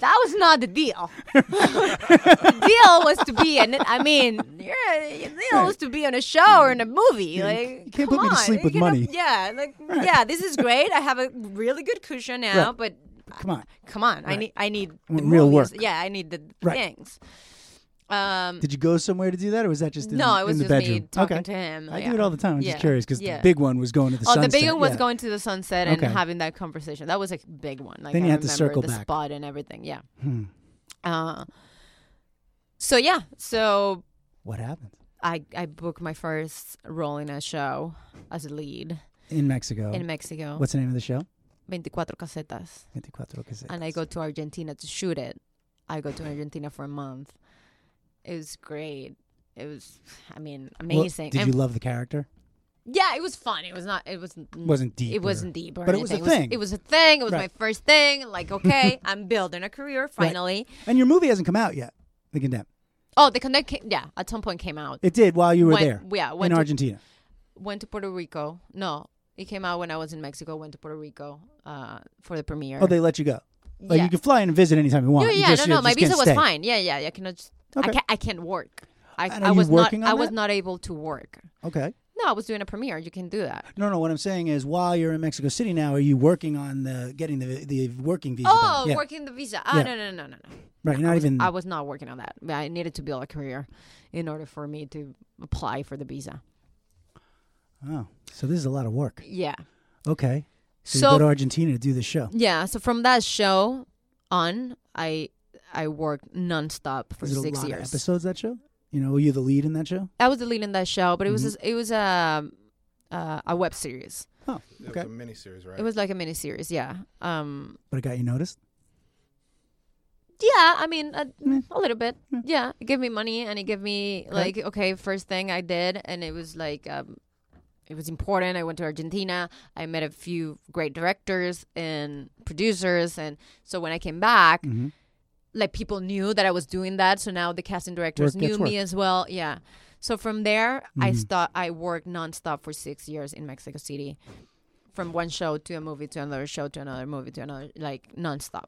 that was not the deal. [LAUGHS] the deal was to be, and I mean, you're, the deal was to be on a show or in a movie. Like, you can't come put me to on. sleep You with cannot- money. Yeah, like, yeah, this is great. I have a really good cushion now, Right. but Come on. come on, I need, I need the want real movies. work. Yeah, I need the the Right. things. Um, Did you go somewhere to do that, or was that just in, no, it was in the just bedroom? me talking okay. to him. I yeah. do it all the time. I'm Yeah. just curious because Yeah. the big one was going to the Oh, sunset. the big one was Yeah. going to the sunset and Okay. having that conversation. That was a big one. Like Then you I had to remember circle the back. spot and everything. Yeah. Hmm. Uh, so yeah, so What happened I I booked my first role in a show as a lead in Mexico? in Mexico, What's the name of the show? 24 Casetas, 24 Casetas. and I go to Argentina to shoot it. I go to Argentina for a month. It was great. It was, I mean, Well, amazing. did And- you love the character? yeah, it was fun. It was not. It was. Wasn't deep. Mm. It or- wasn't deep, or but it was a anything. thing. It was, it was a thing. It was Right. my first thing. [LAUGHS] Like, okay, I'm building a career finally. And your movie hasn't come out yet. The Condemned. Oh, the connect. Came, yeah, at some point came out. It did while you were Went- there Yeah, in went to, Argentina. went to Puerto Rico. No, it came out when I was in Mexico. Went to Puerto Rico uh, for the premiere. Oh, they let you go. Like yeah. you can fly in and visit anytime you want. yeah, You yeah, just- no, you no, my just visa can't was stay. fine. Yeah, yeah, I cannot. Just, Okay. I can't. I can't work. I, And are I you was working not. on I was that? not able to work. Okay. No, I was doing a premiere. You can do that. No, no. What I'm saying is, while you're in Mexico City now, are you working on the getting the the working visa? Oh, back? yeah. working the visa. Ah, Yeah. no, no, no, no, no. right. You're not I was, even. I was not working on that. But I needed to build a career in order for me to apply for the visa. oh, so this is a lot of work. Yeah. Okay. So, you So, go to Argentina to do this show. yeah. So from that show, on, I I worked nonstop for Is it a six lot of years. episodes that show? You know, were you the lead in that show? I was the lead in that show, but it was Mhm. it was a uh, a web series. Oh, It okay. was a mini series, right? It was like a mini series, yeah. Um, But it got you noticed. yeah, I mean a, Meh. a little bit. Yeah. Yeah, it gave me money and it gave me like okay, first thing I did, and it was like um, it was important. I went to Argentina. I met a few great directors and producers, and so when I came back, Mhm. like people knew that I was doing that, so now the casting directors Work knew gets me as well. Yeah. So from there, I Mhm. start. I worked nonstop for six years in Mexico City, from one show to a movie to another show to another movie to another, like nonstop.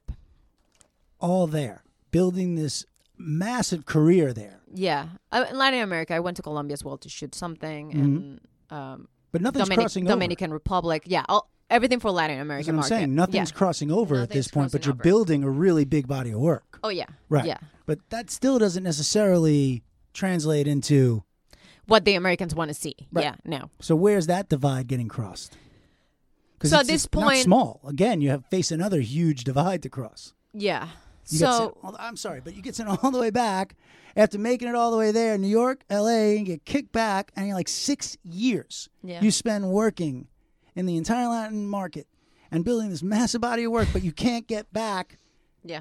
All there, building this massive career there, Yeah, uh, in Latin America, I went to Colombia as well to shoot something, and um, Mm-hmm. but nothing's Dominic- crossing over. Dominican Republic. Yeah, all, everything for Latin That's American what I'm market. saying. Nothing's Yeah. crossing over at Nothing's this point, but crossing you're over. building a really big body of work. oh yeah. Right. Yeah. But that still doesn't necessarily translate into. What the Americans want to see. Right. Yeah. No. So where's that divide getting crossed? Because So at it's, this it's not point- small. Again, you have face another huge divide to cross. Yeah. You get so sent all, I'm sorry, but you get sent [LAUGHS] all the way back after making it all the way there, New York, L.A., and get kicked back, and you're like six years Yeah. you spend working in the entire Latin market and building this massive body of work, but you can't get back. yeah.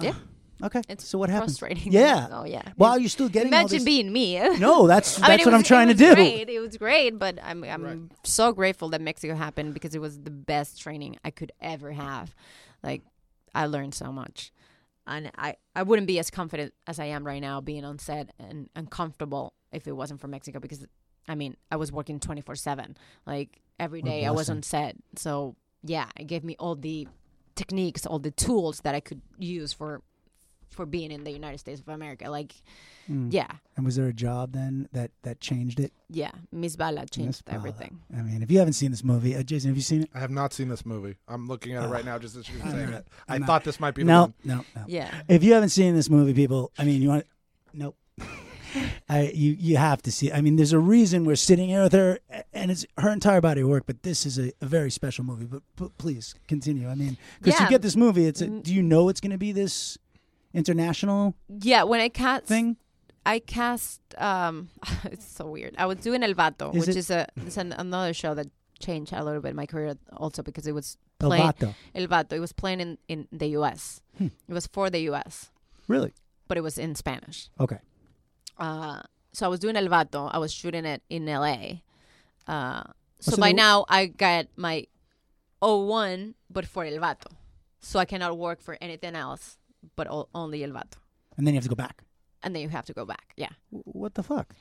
Yeah. Okay, It's so what happens? frustrating. Yeah. [LAUGHS] Oh yeah. While you're still getting all Imagine this- being me. [LAUGHS] No, that's that's I mean, it what was- I'm trying it to do. was Great. It was great, but I'm I'm so grateful that Mexico happened because it was the best training I could ever have. Like I learned so much. And I, I wouldn't be as confident as I am right now being on set and uncomfortable if it wasn't for Mexico because I mean, I was working 24/7. Like every What a day I was blessing. on set. So, yeah, it gave me all the techniques, all the tools that I could use for for being in the United States of America. Like Mm. yeah. And was there a job then that that changed it? Yeah, Miss Bala changed Bala. everything. I mean, if you haven't seen this movie, uh, Jason, have you seen it? I have not seen this movie. I'm looking at it right now just as you're saying not- it. I Ah. I'm not- thought this might be the No, one. no, no. Yeah. If you haven't seen this movie, people, I mean, you want, [LAUGHS] nope. I, you you have to see. it. I mean, there's a reason we're sitting here with her, a- and it's her entire body of work. But this is a, a very special movie. But p- please continue. I mean, because Yeah. Mm. you get this movie, it's a, do you know it's going to be this international Yeah, when I cast thing? I cast um [LAUGHS] it's so weird. I was doing El Vato, Is which it- is a it's an, another show that changed a little bit my career also because it was El playing Vato. El Vato. It was playing in, in the US. Hmm. It was for the US, Really? but it was in Spanish. Okay. Uh so I was doing El Vato. I was shooting it in LA. Uh so so by the- now I got my 01 but for El Vato. So I cannot work for anything else but o- only El Vato. And then you have to go back. and then you have to go back. Yeah. [LAUGHS] W- What the fuck?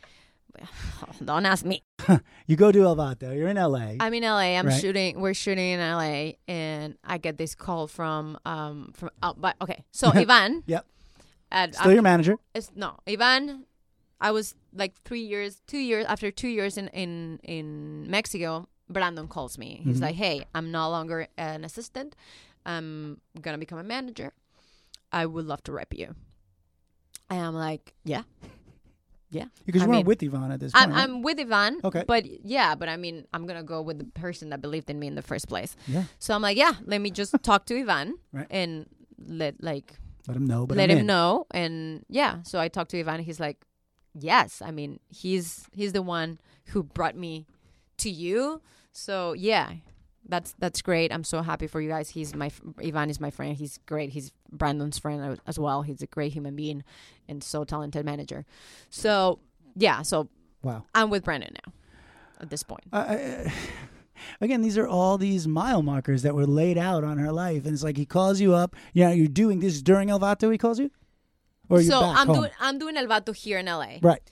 Don't ask me. You go to El Vato. You're in L.A. I'm in LA. I'm Right. shooting. We're shooting in LA, and I get this call from um from oh, but okay. [LAUGHS] So Ivan. Yep. At, Still your manager. it's, no, Ivan. I was like three years, two years after two years in in in Mexico. Brandon calls me. Mm-hmm. He's like, "Hey, I'm no longer an assistant. I'm gonna become a manager. I would love to rep you." And I'm like, "Yeah, yeah." Because I you weren't mean- with Yvonne at this point. I'm, right? I'm with Ivan. Okay. But yeah, but I mean, I'm gonna go with the person that believed in me in the first place. yeah. So I'm like, yeah, let me just talk to Ivan [LAUGHS] Right. and let like Let him know. But let I'm him in. know. And yeah, so I talked to Ivan. He's like, yes. I mean, he's he's the one who brought me to you. So yeah. That's that's great. I'm so happy for you guys. He's my f- Ivan is my friend. He's great. He's Brandon's friend a- as well. He's a great human being and so talented manager. So yeah, so Wow. I'm with Brandon now at this point. I- I- [SIGHS] again, these are all these mile markers that were laid out on her life, and it's like he calls you up. You know, you're doing this during El Vato. He calls you, or you're so back I'm home, doing I'm doing El Vato here in LA. right?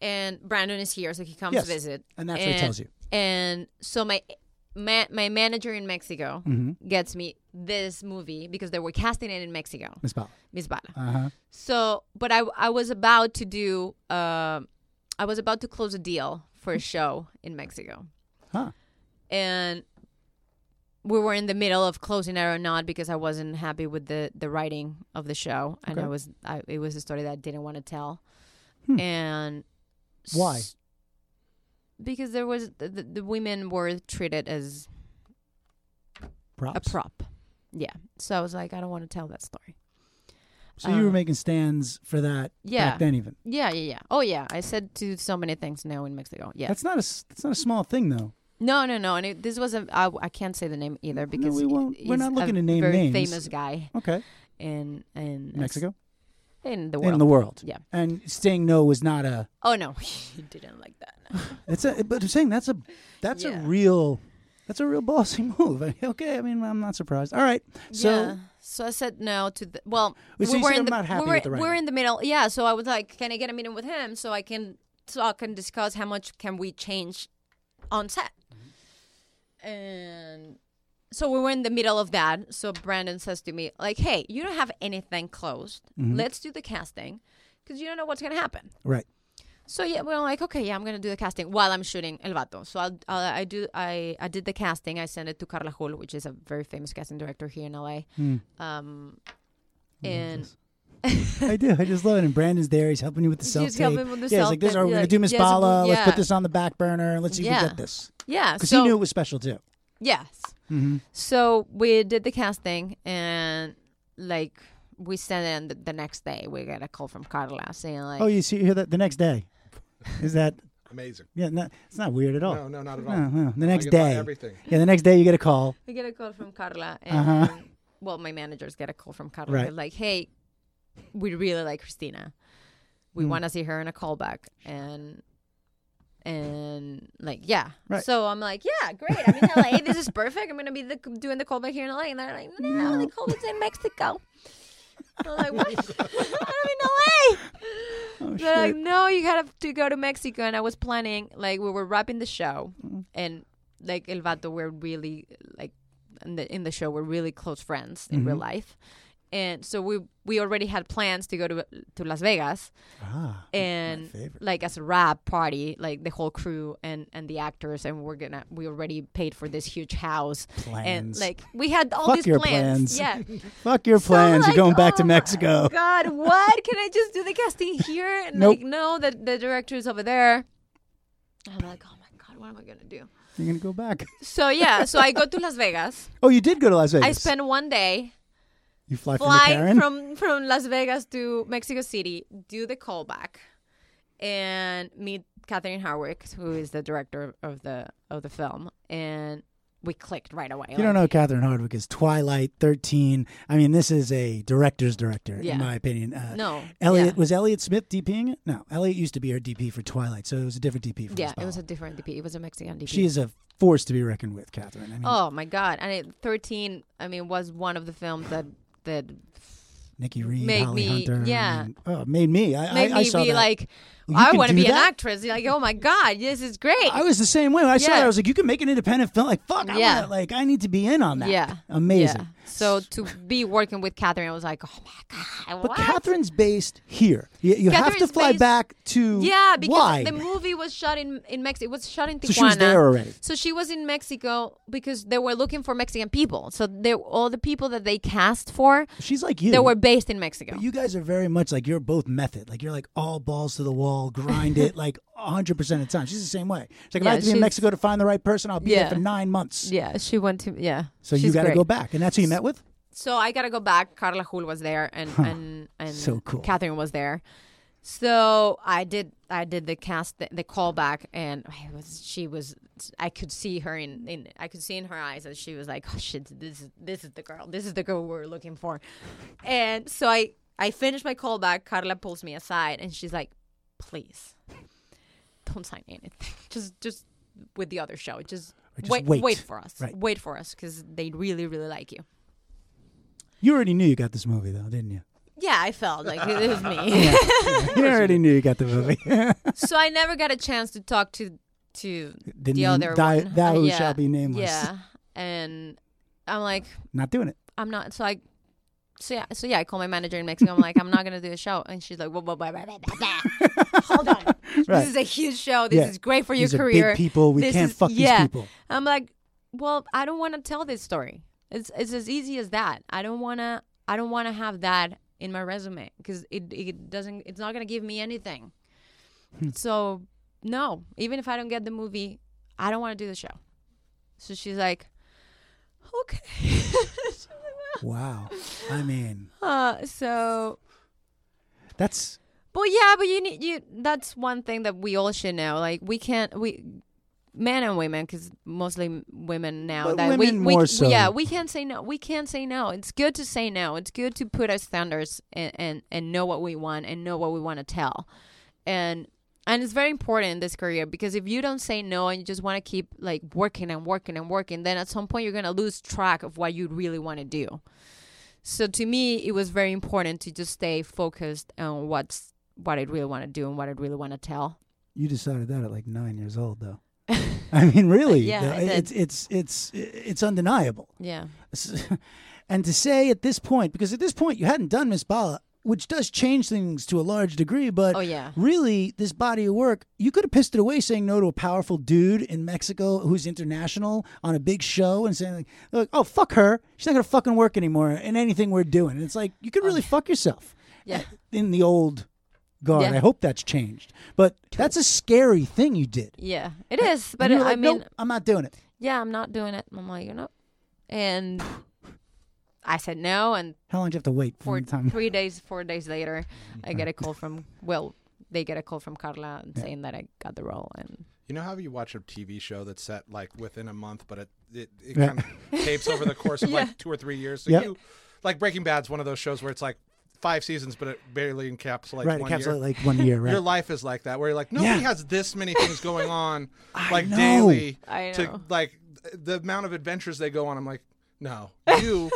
And Brandon is here, so he comes Yes. visit. And that's what he tells you. And so my ma- my manager in Mexico Mm-hmm. gets me this movie because they were casting it in Mexico, Miss Bala. Miss Bala. Uh huh. So, but I I was about to do um I was about to close a deal for a Mm-hmm. show in Mexico. Huh. and we were in the middle of closing it or not because I wasn't happy with the the writing of the show, and Okay. I was I, it was a story that I didn't want to tell, Hmm. and s- Why? Because there was the, the, the women were treated as Props. a prop, Yeah. So I was like, I don't want to tell that story. So you were Uh, making stands for that Yeah. back then, even. Yeah, yeah, yeah. Oh, yeah. I said to so many things now in Mexico. Yeah. That's not a s- that's not a small thing though. no, no, no. And it, this was a. I, I can't say the name either because we won't. he- We're he's not looking a to name very names. Famous guy Okay, in in Mexico in the world. in the world. Yeah. and saying no was not a. Oh no, [LAUGHS] he didn't like that. It's a. But I'm saying that's a that's Yeah. a real that's a real ballsy [LAUGHS] move. okay, I mean I'm not surprised. All right, so yeah. So I said no to the. Well, Wait, so we you were said I'm in the not happy we were, with the we writing. were in the middle. Yeah. So I was like, can I get a meeting with him so I can talk and discuss how much can we change on set? Mm-hmm. And so we were in the middle of that. So Brandon says to me, like, hey, you don't have anything closed. Let's do the casting because you don't know what's gonna happen. Mm-hmm. right. So yeah, we're like, okay, yeah, I'm gonna do the casting while I'm shooting El Vato. So I'll, I'll I do I I did the casting. I sent it to Carla Hull, which is a very famous casting director here in LA. Hmm. Um, Mm-hmm. and [LAUGHS] I do. I just love it. And Brandon's there. He's helping you with the He's self tape. helping with the yeah, he's like, "This is self-tape. our, we're gonna Like, do Miss yes, Bala. Let's yeah. put this on the back burner. Let's see if Yeah. we get this." yeah, Because so he knew it was special too. yes, Mm-hmm. so we did the casting and like we sent in the, the next day. We got a call from Carla saying like, Oh, you see, you hear that the next day. Is that Amazing. yeah? No, it's not weird at all. No, no, not at all. No, no. The I next get by day. Everything. Yeah, the next day you get a call. we get a call from Carla and Uh-huh. well, my managers get a call from Carla. Right. They're like, hey, we really like Christina. Hmm. We want to see her in a callback and and like yeah. Right. So I'm like, yeah, great. I'm in LA. [LAUGHS] this is perfect. I'm gonna be the, doing the callback here in LA. And they're like, no, the callback's in [LAUGHS] Mexico. [LAUGHS] I'm like, [LAUGHS] what? [LAUGHS] I'm in LA. Oh They're like, shit! no, you have to go to Mexico. And I was planning, like, we were wrapping the show, and like El Vato, we're really like in the in the show, we're really close friends in Mm-hmm. real life, and so we we already had plans to go to to Las Vegas Ah, and favorite. like as a wrap party, like the whole crew and and the actors, and we're gonna we already paid for this huge house, and Plans. like we had all Fuck these your plans, plans. yeah. fuck [LAUGHS] your So, plans. like, You're going back oh to my Mexico. [LAUGHS] God, what? Can I just do the casting here? And Nope. like, no, the, the director is over there. I'm like, oh my God, what am I going to do? You're gonna go back. [LAUGHS] So, yeah, so I go to Las Vegas. Oh, you did go to Las [LAUGHS] Vegas. I spend one day you fly from flying McCarran. from, from Las Vegas to Mexico City, do the callback, and meet Catherine Harwick, who is the director of the of the film. And we clicked right away. If you don't Like, know Catherine Hardwick is Twilight, Thirteen. I mean, this is a director's director, Yeah. in my opinion. Uh, No. Elliot yeah. was Elliot Smith DPing it. No, Elliot used to be her DP for Twilight, so it was a different DP. For Yeah, Miss it was a Bala. different DP. It was a Mexican DP. she is a force to be reckoned with, Catherine. I mean, Oh my god! And it, thirteen, I mean, was one of the films that that Nikki Reed, made Holly me- Hunter. I yeah. mean, oh, made me. I, made I, me I saw be that. like, You I can want to do be an that? actress. Like, oh my god, this is great. I was the same way. When I saw Yeah. that, I was like, you can make an independent film. Like, fuck, I Yeah. wanna, like I need to be in on that. Yeah, Amazing. Yeah. So to be working with Catherine, I was like, oh my god, But what? Catherine's based here. You, you have to Catherine's fly based- back to Yeah, because why? the movie was shot in in Mexico. It was shot in Tijuana. so she was there already. So she was in Mexico because they were looking for Mexican people. So they all the people that they cast for, She's like you. they were based in Mexico. you guys are very much like you're both method. Like you're like all balls to the wall, grind it [LAUGHS] like 100 percent of the time. She's the same way. She's like, if Yeah, I have to be in she's- Mexico to find the right person, I'll be Yeah. there for nine months. yeah, she went to yeah. So you She's got to great. go back, and that's who you met with. so I gotta go back. Carla Hull was there, and and and So cool. Catherine was there. So I did I did the cast the, the callback, and I was she was I could see her in, in I could see in her eyes that she was like oh shit this is this is the girl this is the girl we're looking for, and so I I finished my callback. Carla pulls me aside, and she's like, please, don't sign anything. [LAUGHS] Just just with the other show. Just, just wait, wait. wait for us. Right. Wait for us because they really really like you. You already knew you got this movie, though, [LAUGHS] didn't you? Yeah, I felt like it was me. you already knew you got the [LAUGHS] movie. so I never got a chance to talk to to Didn't the other die, one. That Uh, who yeah, shall be nameless. Yeah, and I'm like, Not doing it. I'm not. So I, so yeah, so yeah, I call my manager in Mexico. I'm like, I'm not gonna do a show, and she's like, whoa, whoa, whoa, whoa, whoa, whoa, whoa. hold on, Right. this is a huge show. This Yeah. is great for your these career. Are big people. We This can't is- fuck yeah. these people. I'm like, well, I don't want to tell this story. It's it's as easy as that. I don't wanna I don't wanna have that in my resume because it it doesn't it's not gonna give me anything. so no, even if I don't get the movie, I don't want to do the show. So [LAUGHS] she's like, okay. She's like, wow. [LAUGHS] I mean, Uh, so, that's but yeah, but you need you. That's one thing that we all should know. Like we can't we. Men and women, because mostly women now. But that we, women we, more we- so. Yeah, we can't say no. We can't say no. It's good to say no. It's good to put our standards and, and, and know what we want and know what we want to tell. and and it's very important in this career because if you don't say no and you just want to keep like working and working and working then at some point you're going to lose track of what you really want to do so to me it was very important to just stay focused on what's what i really want to do and what i really want to tell you decided that at like nine years old, [LAUGHS] though. I mean, really, Yeah, though, I did. it's it's it's it's undeniable. yeah [LAUGHS] and to say at this point, because at this point you hadn't done Miss Bala, which does change things to a large degree, but Oh, yeah. really, this body of work, you could have pissed it away saying no to a powerful dude in Mexico who's international on a big show and saying, like, like, oh, fuck her. She's not going to fucking work anymore in anything we're doing. And it's like, you could really fuck yourself yeah [LAUGHS] in the old guard. Yeah. I hope that's changed. But that's a scary thing you did. yeah it is but And you were i like, mean "Nope, I'm not doing it. yeah i'm not doing it i'm like you know and i said no and How long do you have to wait for four, the time? three days, four days later, I get a [LAUGHS] call from well, they get a call from Carla and saying that I got the role, and You know how you watch a TV show that's set like within a month, but it it, it Yeah. kind of tapes over the course [LAUGHS] of Yeah. like two or three years. So Yep. you like Breaking Bad's one of those shows where it's like five seasons, but it barely encapsulates right, it one caps year. out like one [LAUGHS] year, right? Your life is like that, where you're like nobody Yeah. has this many things going [LAUGHS] on like know. daily. I To know. like th- the amount of adventures they go on, I'm like, no, [LAUGHS] you.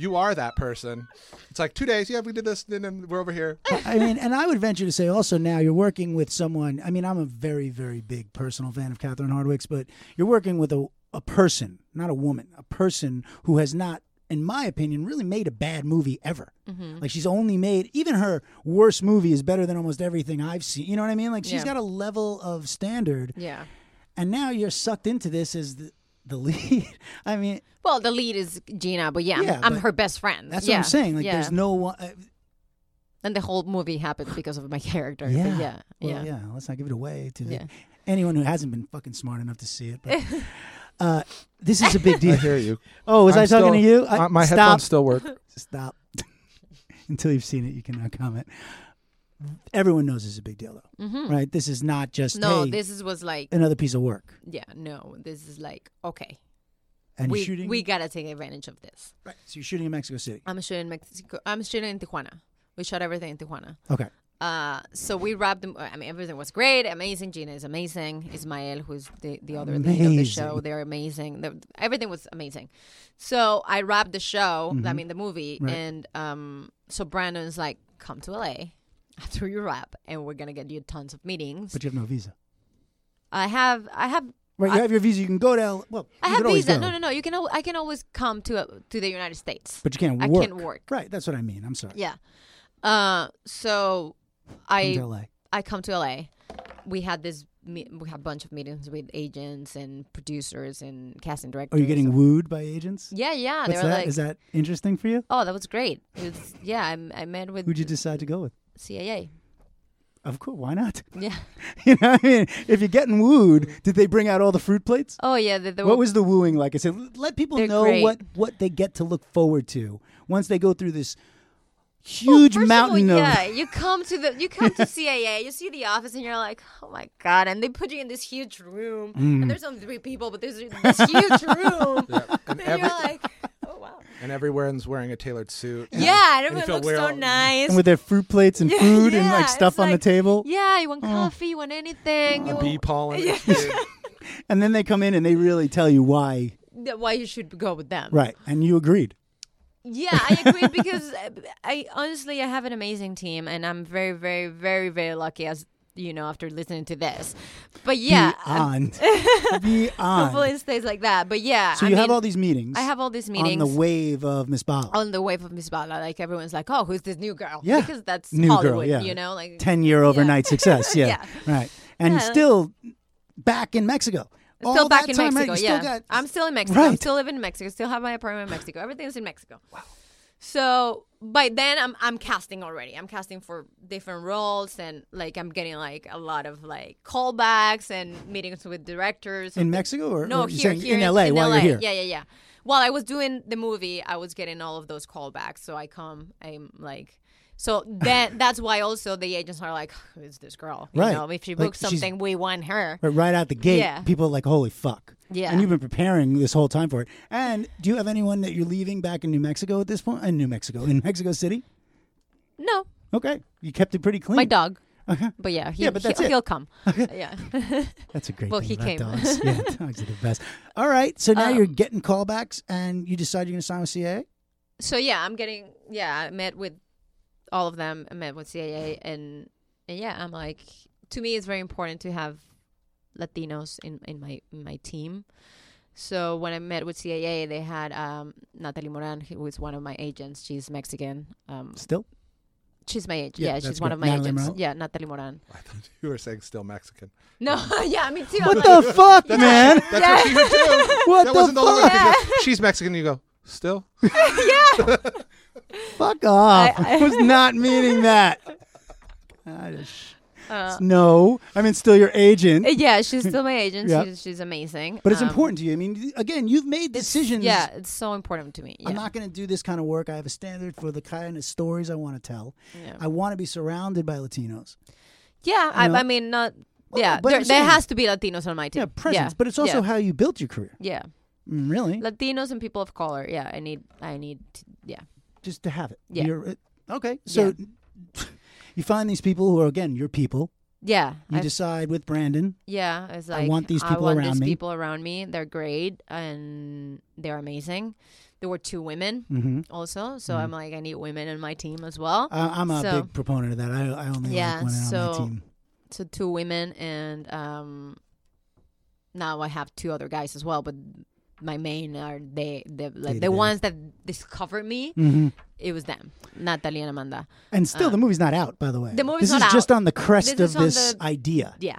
You are that person. It's like two days. Yeah, we did this, and then we're over here. I mean, and I would venture to say also now you're working with someone. I mean, I'm a very, very big personal fan of Catherine Hardwick's, but you're working with a, a person, not a woman, a person who has not, in my opinion, really made a bad movie ever. Mm-hmm. Like she's only made, even her worst movie is better than almost everything I've seen. You know what I mean? Like she's Yeah. got a level of standard. yeah. And now you're sucked into this as the, the [LAUGHS] lead. I mean, Well, the lead is Gina, but yeah, I'm- Yeah, I'm but her best friend. that's yeah. what I'm saying. Like yeah. there's no one. Uh, and the whole movie happened because of my [LAUGHS] character. but Yeah. Yeah, yeah, well, yeah. Let's not give it away to the, Yeah. anyone who hasn't been fucking smart enough to see it. [LAUGHS] But uh, this is a big deal. you. Oh, was i talking to you? I- my stop. headphones still work. Stop. [LAUGHS] Until you've seen it, you cannot comment. Everyone knows this is a big deal, though, right? This is not just Mm-hmm. Hmm. No, hey, this is, was like, another piece of work. yeah, no, this is like, okay, And we you're shooting. we gotta take advantage of this. right, so you're shooting in Mexico City. I'm shooting in Mexico. I'm shooting in Tijuana. We shot everything in Tijuana. Okay. Uh, so we wrapped them. I mean, everything was great, amazing. Gina is amazing. Ismael, who's the, the other lead of the show, Amazing. they're amazing. The- everything was amazing. So I wrapped the show, I mean, the movie. Mm-hmm. Right. And um, so Brandon's like, come to LA [LAUGHS] after you wrap, and we're going to get you tons of meetings. But you have no visa. I have, I have. Right, you have your visa. You can go to L- well. I you have could always visa. go, No, no, no. You can. Al- I can always come to uh, to the United States. But you can't I work. can't work. Right, that's what I mean. I'm sorry. Yeah. Uh, so Come I to LA. I come to LA. We had this. Me- we had a bunch of meetings with agents and producers and casting directors. Are you getting wooed by agents? Yeah, yeah. What's they were that? like, Is that interesting for you? "Oh, that was great." It was, yeah, I, I met with Who'd you decide to go with? CIA. Of course, why not? [LAUGHS] Yeah. You know what I mean? If you're getting wooed, did they bring out all the fruit plates? Oh, yeah. They, they were, What was the wooing like? I said, l- let people They're know great. what what they get to look forward to once they go through this huge Oh, First of all, mountain of. yeah, you come to the you come to CIA, you see the office, and you're like, oh my god! And they put you in this huge room, Mm. and there's only three people, but there's this [LAUGHS] huge room, and, every- you're like, oh wow, And everyone's wearing a tailored suit. yeah, and you everyone feel looks we're so all- nice. And [LAUGHS] [LAUGHS] with their fruit plates and Yeah, food and yeah, like stuff it's on the like- table, Oh. Yeah, you want coffee, you want anything. you A want- bee pollen. [LAUGHS] It's big. and then they come in and they really tell you why, that why you should go with them. right? And you agreed. Yeah, I [LAUGHS] agree because I, I honestly I have an amazing team and I'm very very very very lucky as you know after listening to this. But yeah, um, beyond, [LAUGHS] hopefully beyond. it stays like that. But yeah, So I you have mean, all these meetings. I have all these on meetings. the wave of Miss Bala. on the wave of Miss Bala, like everyone's like, "Oh, who's this new girl?" Yeah. because that's New girl, Hollywood, yeah. you know, like 10 year overnight [LAUGHS] success. Yeah. Yeah. Right. And Yeah, like- still back in Mexico. still All back that in time, right? Mexico. You yeah, Still got, I'm still in Mexico. I'm Right. still living in Mexico. Still have my apartment in Mexico. Everything's in Mexico. Wow. So by then I'm I'm casting already. I'm casting for different roles and like I'm getting like a lot of like callbacks and meetings with directors. in Mexico or, or no, you're here, saying here in LA while LA. you're here. Yeah, yeah, yeah. while I was doing the movie, I was getting all of those callbacks. So I come, I'm like, so that [LAUGHS] that's why also the agents are like, who is this girl? You Right. know, if she Like, books she's- something, we want her. But right out the gate, Yeah. people are like, holy fuck. Yeah. And you've been preparing this whole time for it. And do you have anyone that you're leaving back in New Mexico at this point? In New Mexico, in Mexico City? No, Okay. You kept it pretty clean. my dog. But yeah, he, Yeah, but that's he, it. [LAUGHS] will come. yeah. That's a great Well, thing he about came. [LAUGHS] Um, dogs. yeah, dogs are the best. All right. So now you're getting callbacks and you decide you're going to sign with CAA? so yeah, I'm getting yeah, I met with all of them. I met with CAA and and yeah, I'm like to me it's very important to have Latinos in in my in my team. So when I met with CAA, they had um, Natalie Moran, who is one of my agents. She's Mexican. Um, Still? she's my agent. Yeah, Yeah, that's she's one good. of my Natalie agents. Moran? Yeah, Natalie Moran. I thought you were saying still Mexican. No, [LAUGHS] yeah, me too. I'm What like, [LAUGHS] the fuck, man? That's what she would do. [LAUGHS] What the that wasn't the whole fuck? thing. She's Mexican. You go still. [LAUGHS] [LAUGHS] Fuck off. I, I- was not meaning [LAUGHS] that. God, sh- Uh, no. I mean, still your agent. [LAUGHS] yeah, she's [LAUGHS] still my agent. Yeah. She's, she's amazing. But it's Um, important to you. I mean, again, you've made decisions. Yeah, it's so important to me. Yeah. I'm not going to do this kind of work. I have a standard for the kind of stories I want to tell. Yeah. I want to be surrounded by Latinos. Yeah, I, know? I mean, not. Well, yeah, but there, I'm there saying- has to be Latinos on my team. Yeah, presence. But it's also yeah, how you built your career. yeah, Mm, Really, Latinos and people of color. Yeah, I need, I need, to, yeah, just to have it. Yeah. You're, okay, so [LAUGHS] you find these people who are again your people. yeah, You I- decide with Brandon. yeah. It's I like want these people want around me. these people around me. They're great and they're amazing. There were two women Mm-hmm. also, so I'm like, I need women in my team as well. I, I'm a So- big proponent of that. I, I only Yeah, like one so- on my team. so two women and um, now I have two other guys as well, but. My main are they, the like Day-to-day. the ones that discovered me. Mm-hmm. It was them, Natalie and Amanda. And still, Uh, the movie's not out, by the way. the movie's this not is just out. on the crest This is of on this the- idea. Yeah.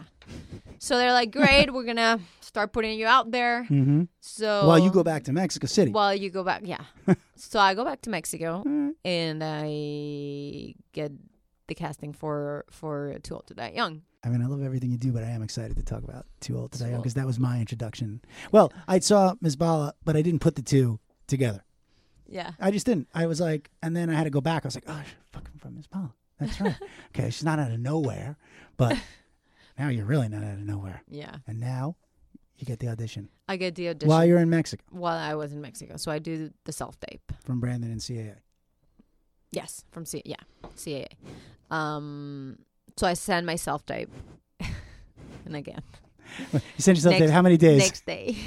So they're like, great, we're gonna start putting you out there. Mm-hmm. So While you go back to Mexico City. while you go back, [LAUGHS] yeah. so I go back to Mexico Mm. and I get the casting for for Too Old to Die Young. I mean, I love everything you do, but I am excited to talk about Too Old Today Cool. because that was my introduction. Well, I saw Ms. Bala, but I didn't put the two together. Yeah. I just didn't. I was like, and then I had to go back. I was like, oh, she's fucking from Ms. Bala. That's [LAUGHS] right. okay, she's not out of nowhere, but now you're really not out of nowhere. Yeah. And now you get the audition, I get the audition while you're in Mexico while I was in Mexico. So I do the self tape. from Brandon and CAA. Yes, from C yeah, CAA. Um so I send my self tape. [LAUGHS] and again. You sent yourself Next- to how many days? Next day.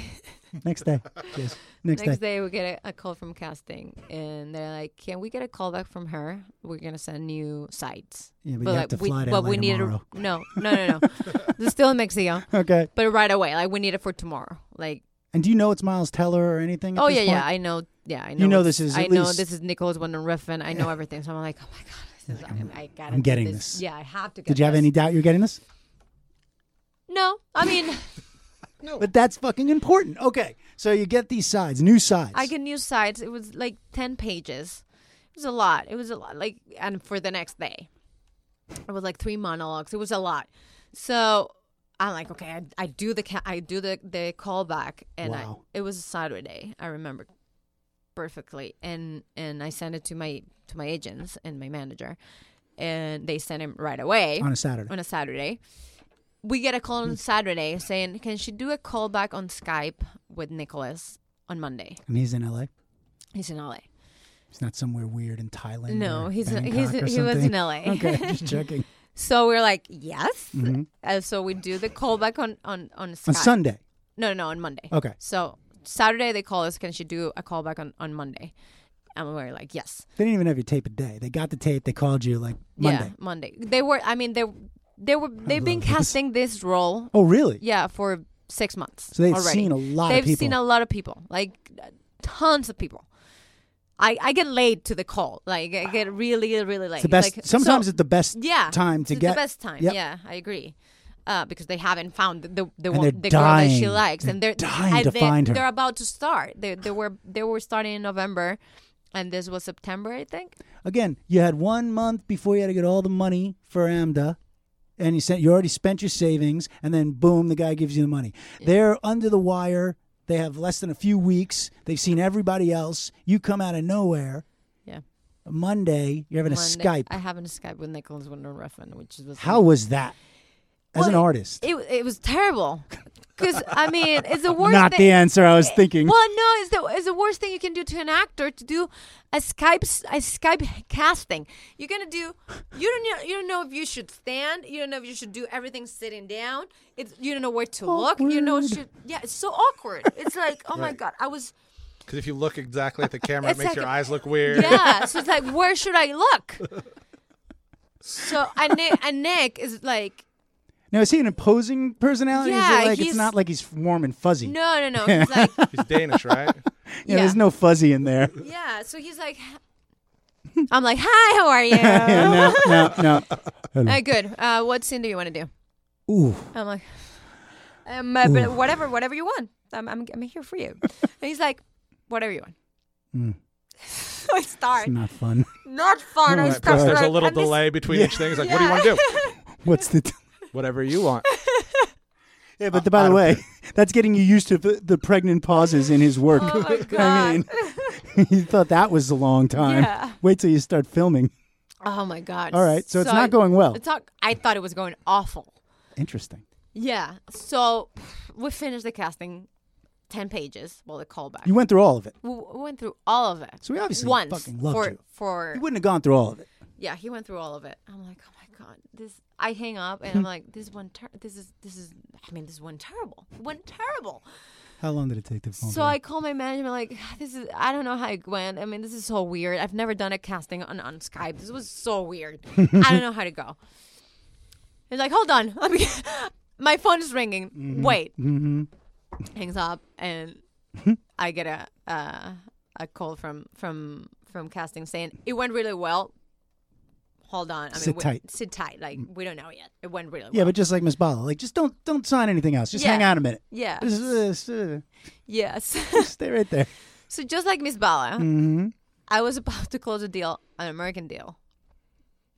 Next [LAUGHS] day. Yes. Next, Next day. day, we get a, a call from casting, and they're like, "Can we get a call back from her? We're gonna send new sites." Yeah, but, But you like, have to we, fly to but LA we need it. tomorrow. No, no, no, no. This is still in Mexico, [LAUGHS] Okay. but right away. Like we need it for tomorrow. Like, And do you know it's Miles Teller or anything? at oh this yeah, yeah. point? I know. Yeah, I know. know it's- this is I at know least- this is Nicholas Wonder Refn. I know everything. So I'm like, oh my god, this is. I'm, I gotta. I'm do getting this. Yeah, I have to. get Did you have this. any doubt you're getting this? No, I mean, Oh. But that's fucking important. Okay. So you get these sides, new sides. I get new sites. It was like ten pages. It was a lot. It was a lot. Like, and for the next day, it was like three monologues. It was a lot. So I'm like, okay, I, I do the ca- I do the the callback, and Wow. I, it was a Saturday. I remember perfectly, and and I sent it to my to my agents and my manager, and they sent him right away on a Mm-hmm. Saturday. on a Saturday. We get a call on Saturday saying, "Can she do a callback on Skype with Nicholas on Monday?" And he's in LA. He's in LA. He's not somewhere weird in Thailand. No, or he's Bangkok he's or he was something. in LA. [LAUGHS] Okay, [LAUGHS] just checking. So we're like, yes. And so we do the callback on on on Skype. On Oh. Sunday. No, no, on Monday. Okay. So Saturday they call us. Can she do a callback on on Monday? And we're like, yes. They didn't even have your tape a day. They got the tape. They called you like Monday. Yeah, Monday. They were. I mean, they they were. They've been love this. casting this role. Oh, really? Yeah, for six months. So they've already. seen a lot They've of people. seen a lot of people, like tons of people. I, I get late to the call. Like I get really really late. it's the best. Like, so- sometimes it's the best yeah time to it's get. the best time Yep. yeah i agree uh, because they haven't found the the, the, And one, they're the girl that she dying. likes and they're They're dying to they, find her. they're about to start they, they were they were starting in november and this was september i think Again, you had one month before you had to get all the money for AMDA, and you sent you already spent your savings, and then boom, the guy gives you the money. They're under the wire. They have less than a few weeks. They've seen everybody else. You come out of nowhere. Yeah. Monday, you're having Monday- a Skype. I have a Skype with Nicholas Winter Refn, which was How was that? As Well, an it- artist, it, it was terrible. Because I mean, [LAUGHS] it's the worst. not thing. the answer I was thinking. Well, no, it's the it's the worst thing you can do to an actor to do a Skype s- a Skype casting. You're gonna do you don't know, you don't know if you should stand. You don't know if you should do everything sitting down. It's you don't know where to look. You know, Awkward. should, yeah, it's so awkward. It's like oh my god, I was Because if you look exactly at the camera, it It's makes like- your eyes look weird. yeah. So it's like where should I look? So and Nick, and Nick is like Now is he an opposing personality? Yeah, is it like it's he's- not like he's warm and fuzzy. no no no. He's like He's Danish, [LAUGHS] right? yeah, there's no fuzzy in there. Yeah, so he's like, [LAUGHS] I'm like, hi, how [LAUGHS] are you? no, no, [LAUGHS] no. uh, good. Uh, what scene do you want to do? Ooh, I'm like, um, uh, but whatever, whatever you want. I'm, I'm, I'm here for you. and he's like, whatever you want. Mm. so [LAUGHS] I start. it's not fun. [LAUGHS] Not fun. I Right, start. Plus, there's a like, "Oh little and this- delay between each thing. It's like, what do [LAUGHS] you Yeah. Uh-huh. want to do? What's the? [LAUGHS] T- Whatever you want. yeah, but by the way, [LAUGHS] that's getting you used to the, the pregnant pauses in his work. Oh [LAUGHS] my god. I mean, you thought that was a long time. Yeah. Wait till you start filming. oh my god. All right, so it's not I- going well. It's not. I thought it was going awful. Interesting. Yeah. So we finished the casting, ten pages. Well, the callback. You went through all of it. We we went through all of it. So we obviously once fucking loved for you. for You wouldn't have gone through all of it. yeah, he went through all of it. I'm like, oh my god, this. I hang up [LAUGHS] and I'm like, this one, ter- this is this is. I mean, this one terrible, one terrible. How long did it take to film? So I call my management like, "Ah, this is. I don't know how it went. I mean, this is so weird. I've never done a casting on on Skype. This was so [LAUGHS] weird. I don't know how to go. He's like, hold on, let me. [LAUGHS] my phone is ringing. Mm-hmm. Wait. Hangs up and I get a uh, a call from from from casting saying it went really well. Hold on, I mean, Sit we- tight. Mm. Sit tight. Like we don't know yet. It went really yeah, well. but just like Miss Bala, like just don't don't sign anything else. Just Yeah. hang out a minute. Yeah. This is- uh, yes. [LAUGHS] s- stay right there. So just like Miss Bala, hmm I was about to close a deal, an American deal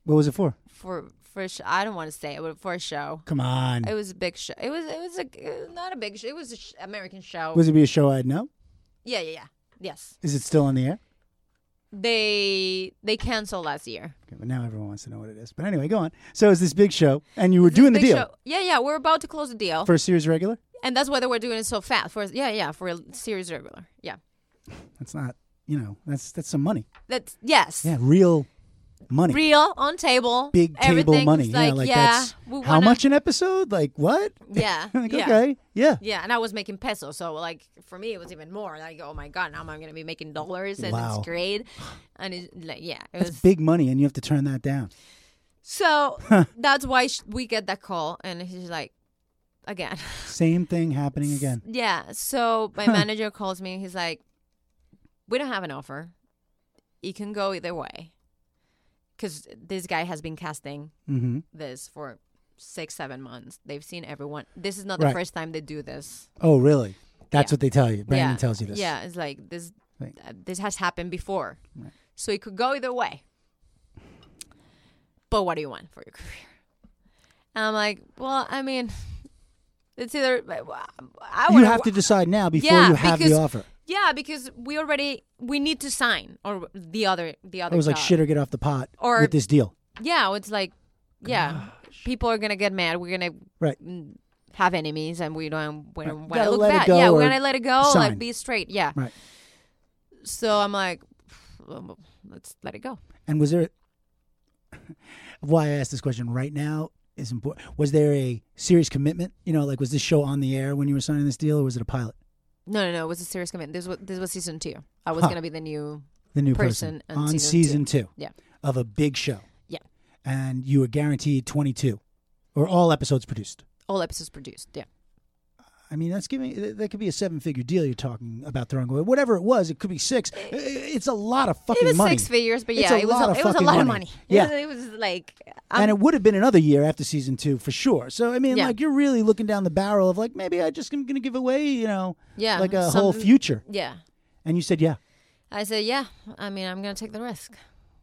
What was it for? for for a sh- I don't want to say it, but for a show. Come on. It was a big show. It was it was a it was not a big show. It was an sh- American show. Was it be a show I'd know? yeah, yeah, yeah. Yes. Is it still on the air? They they canceled last year. Okay, but now everyone wants to know what it is. But anyway, go on. So it's this big show, and you were doing the Big deal show. Yeah, yeah. We're about to close the deal, for a series regular. and that's why they were doing it so fast. For yeah, yeah, for a series regular. Yeah. That's not, you know, that's that's some money. That's yes. Yeah, real money. Real on table. big table everything. money. It's yeah, Like, like yeah. that's we how wanna- much an episode? Like what? [LAUGHS] Yeah. like, yeah. Okay, yeah. Yeah, and I was making pesos, so like for me it was even more. Like, oh my god, now I'm gonna be making dollars, and Wow. it's great. And it's like, yeah, it That's was. big money, and you have to turn that down. [LAUGHS] So that's why sh- we get that call, and he's like, again, Same thing happening again. [LAUGHS] yeah. So [LAUGHS] my manager calls me. He's like, we don't have an offer. It can go either way, because this guy has been casting Mm-hmm. this for six, seven months. They've seen everyone. This is not Right. the first time they do this. Oh, really? That's Yeah. what they tell you. Brandon yeah. tells you this. Yeah, it's like this. Right. uh, this has happened before, so it could go either way. But what do you want for your [LAUGHS] career? And I'm like, well, I mean, it's either uh, I You would have to decide now before Yeah, you have the because- offer. Yeah, because we already we need to sign or the other the other. I was like, job. shit or get off the pot Or- with this deal. Yeah, it's like, yeah, people are gonna get mad. We're gonna Right. mm, have enemies, and we don't we don't want Gotta to look let it bad. go Yeah, or we're gonna let it go. sign. Like, be straight. Yeah. Right. So I'm like, well, let's let it go. And was there [LAUGHS] why I asked this question right now is important. Was there a serious commitment? You know, like was this show on the air when you were signing this deal, or was it a pilot? No, no, no. It was a serious commitment. This was this was season two. I was Huh. gonna be the new. The new person, Person on on season two. Yeah. of a big show. Yeah. and you were guaranteed twenty two, or all episodes produced. All episodes produced. Yeah. I mean, that's giving that- that could be a seven figure deal you're talking about throwing away. Whatever it was, it could be six. It's a lot of It fucking was money. six figures, but It's yeah, a it was lot a, of it was a fucking lot of money. money. It Yeah. was- [LAUGHS] It was, like and um, it would have been another year after season two for sure. So I mean, Yeah. like you're really looking down the barrel of like maybe I just am going to give away, you know, Yeah, like a whole some- future. yeah. And you said, yeah, I said, yeah. I mean, I'm gonna take the risk.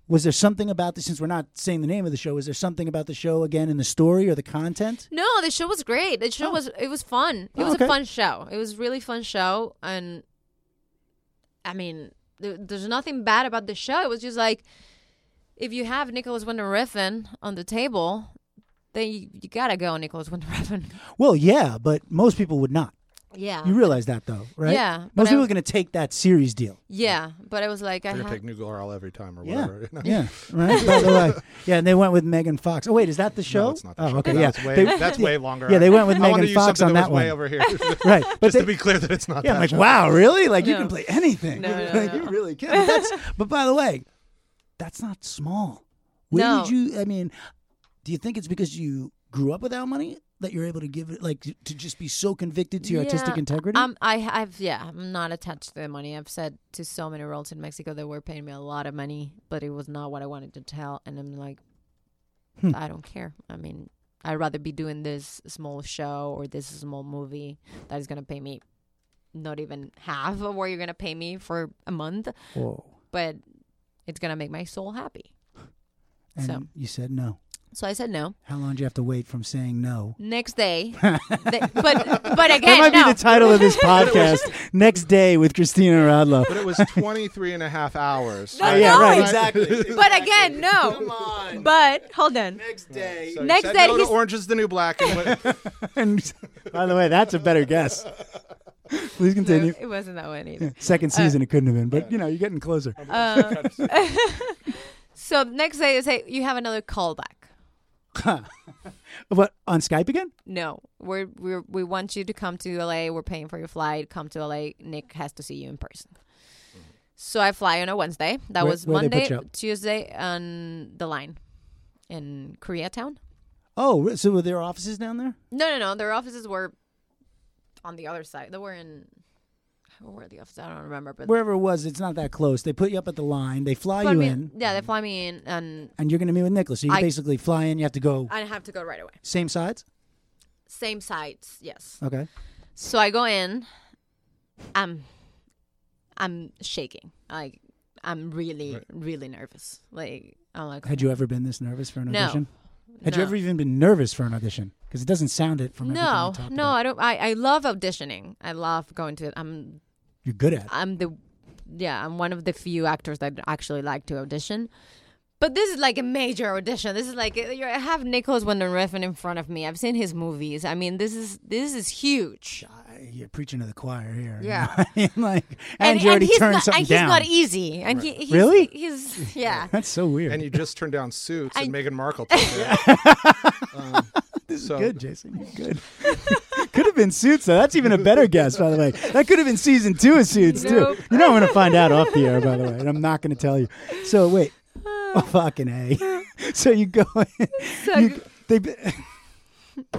Was there something about this? Since we're not saying the name of the show, is there something about the show again in the story or the content? No, the show was great. The show was it was fun. It Oh, was okay. a fun show. It was really fun show, and I mean, th- there's nothing bad about the show. It was just like if you have Nicholas Winter Refn on the table, then you, you gotta go Nicholas Winter Refn. Well, yeah, but most people would not. Yeah, You realize that though, right? Yeah, but Most I- people are going to take that series [LAUGHS] deal. yeah. But I was like, I You're gonna ha- pick New Girl every time or Yeah. whatever. you know? Yeah, right. By the way, yeah, and they went with Megan Fox. Oh wait, is that the show? No, it's not the oh, show. okay, No, yeah, That's way, They- that's way longer. yeah, they went with I wanted to Megan use Fox something on that that was one. way over here. [LAUGHS] [LAUGHS] right, but Just they, to be clear that it's not. yeah, that I'm like, show. wow, really? Like you No. can play anything. No, no, [LAUGHS] like no. you really can. But, that's, but by the way, that's not small. Where No. did you? I mean, do you think it's because you grew up without money that you're able to give it, like, to just be so convicted to your Yeah, artistic integrity? Um, I, I've yeah, I'm not attached to the money. I've said to so many roles in Mexico that were paying me a lot of money, but it was not what I wanted to tell, and I'm like, Hmm. I don't care. I mean, I'd rather be doing this small show or this small movie that is gonna pay me not even half of what you're gonna pay me for a month, Whoa. but it's gonna make my soul happy. And so- you said no. So I said no. How long do you have to wait from saying no? Next [LAUGHS] day, they- but but That again, might no. be the title of [LAUGHS] this podcast. Next day with Christina Radlow. But it was 23 and a half hours. No, right? no, right, [LAUGHS] it's- exactly. but again, no. on. But hold on. Next day. So you Next said day no to he's- Orange is the New Black. And [LAUGHS] what, [LAUGHS] And by the way, that's a better guess. Please No, continue. it wasn't that one either. Second season, it couldn't have been, but you know, you're getting closer. [LAUGHS] Uh, [LAUGHS] so next day, they say you have another callback. What on Skype again? No, we're, we're we want you to come to LA. We're paying for your flight. Come to LA. Nick has to see you in person. So I fly on a Wednesday. That Where- was where they put Monday, you up? Tuesday on the line in Koreatown. Oh, re- so were there offices down there? No, no, no. Their offices were on the other side. They were in where were the offices? I don't remember. But, Wherever it was, it's not that close. They put you up at the line, they fly but I you mean, in, yeah, they fly me in, and and you're going to meet with Nicholas. So you I- basically fly in, you have to go I have to go right away. same sides. Same sites, yes. Okay. So I go in. I'm I'm shaking. Like I'm really really nervous. Like I'm like Had you ever been this nervous for an No. audition? Had you No. ever even been nervous for an audition? Because it doesn't sound it from everything no you talk no about. I don't I, I love auditioning. I love going to I'm You're good at. it. I'm the yeah I'm one of the few actors that actually like to audition. But this is like a major audition. This is like you're, I have Nicholas Winding Refn in front of me. I've seen his movies. I mean, this is this is huge. I- You're preaching to the choir here. [LAUGHS] you Yeah. know what I mean? like, and, you already he's turned not, something and down. he's not e- easy. And he, he's, Really? He's yeah. [LAUGHS] That's so weird. and you just turned down Suits I- and Meghan [LAUGHS] Markle. Took it. [LAUGHS] um, so, Good, Jason. You're Good. [LAUGHS] could have been Suits, though. That's even a better guess, by the way. That could have been season two of Suits, Nope. too. You know, I'm going to find out off the air, by the way, and I'm not going to tell you. So, wait. [SIGHS] Oh, fucking A. [LAUGHS] so you go in. So you, [LAUGHS] they, All right.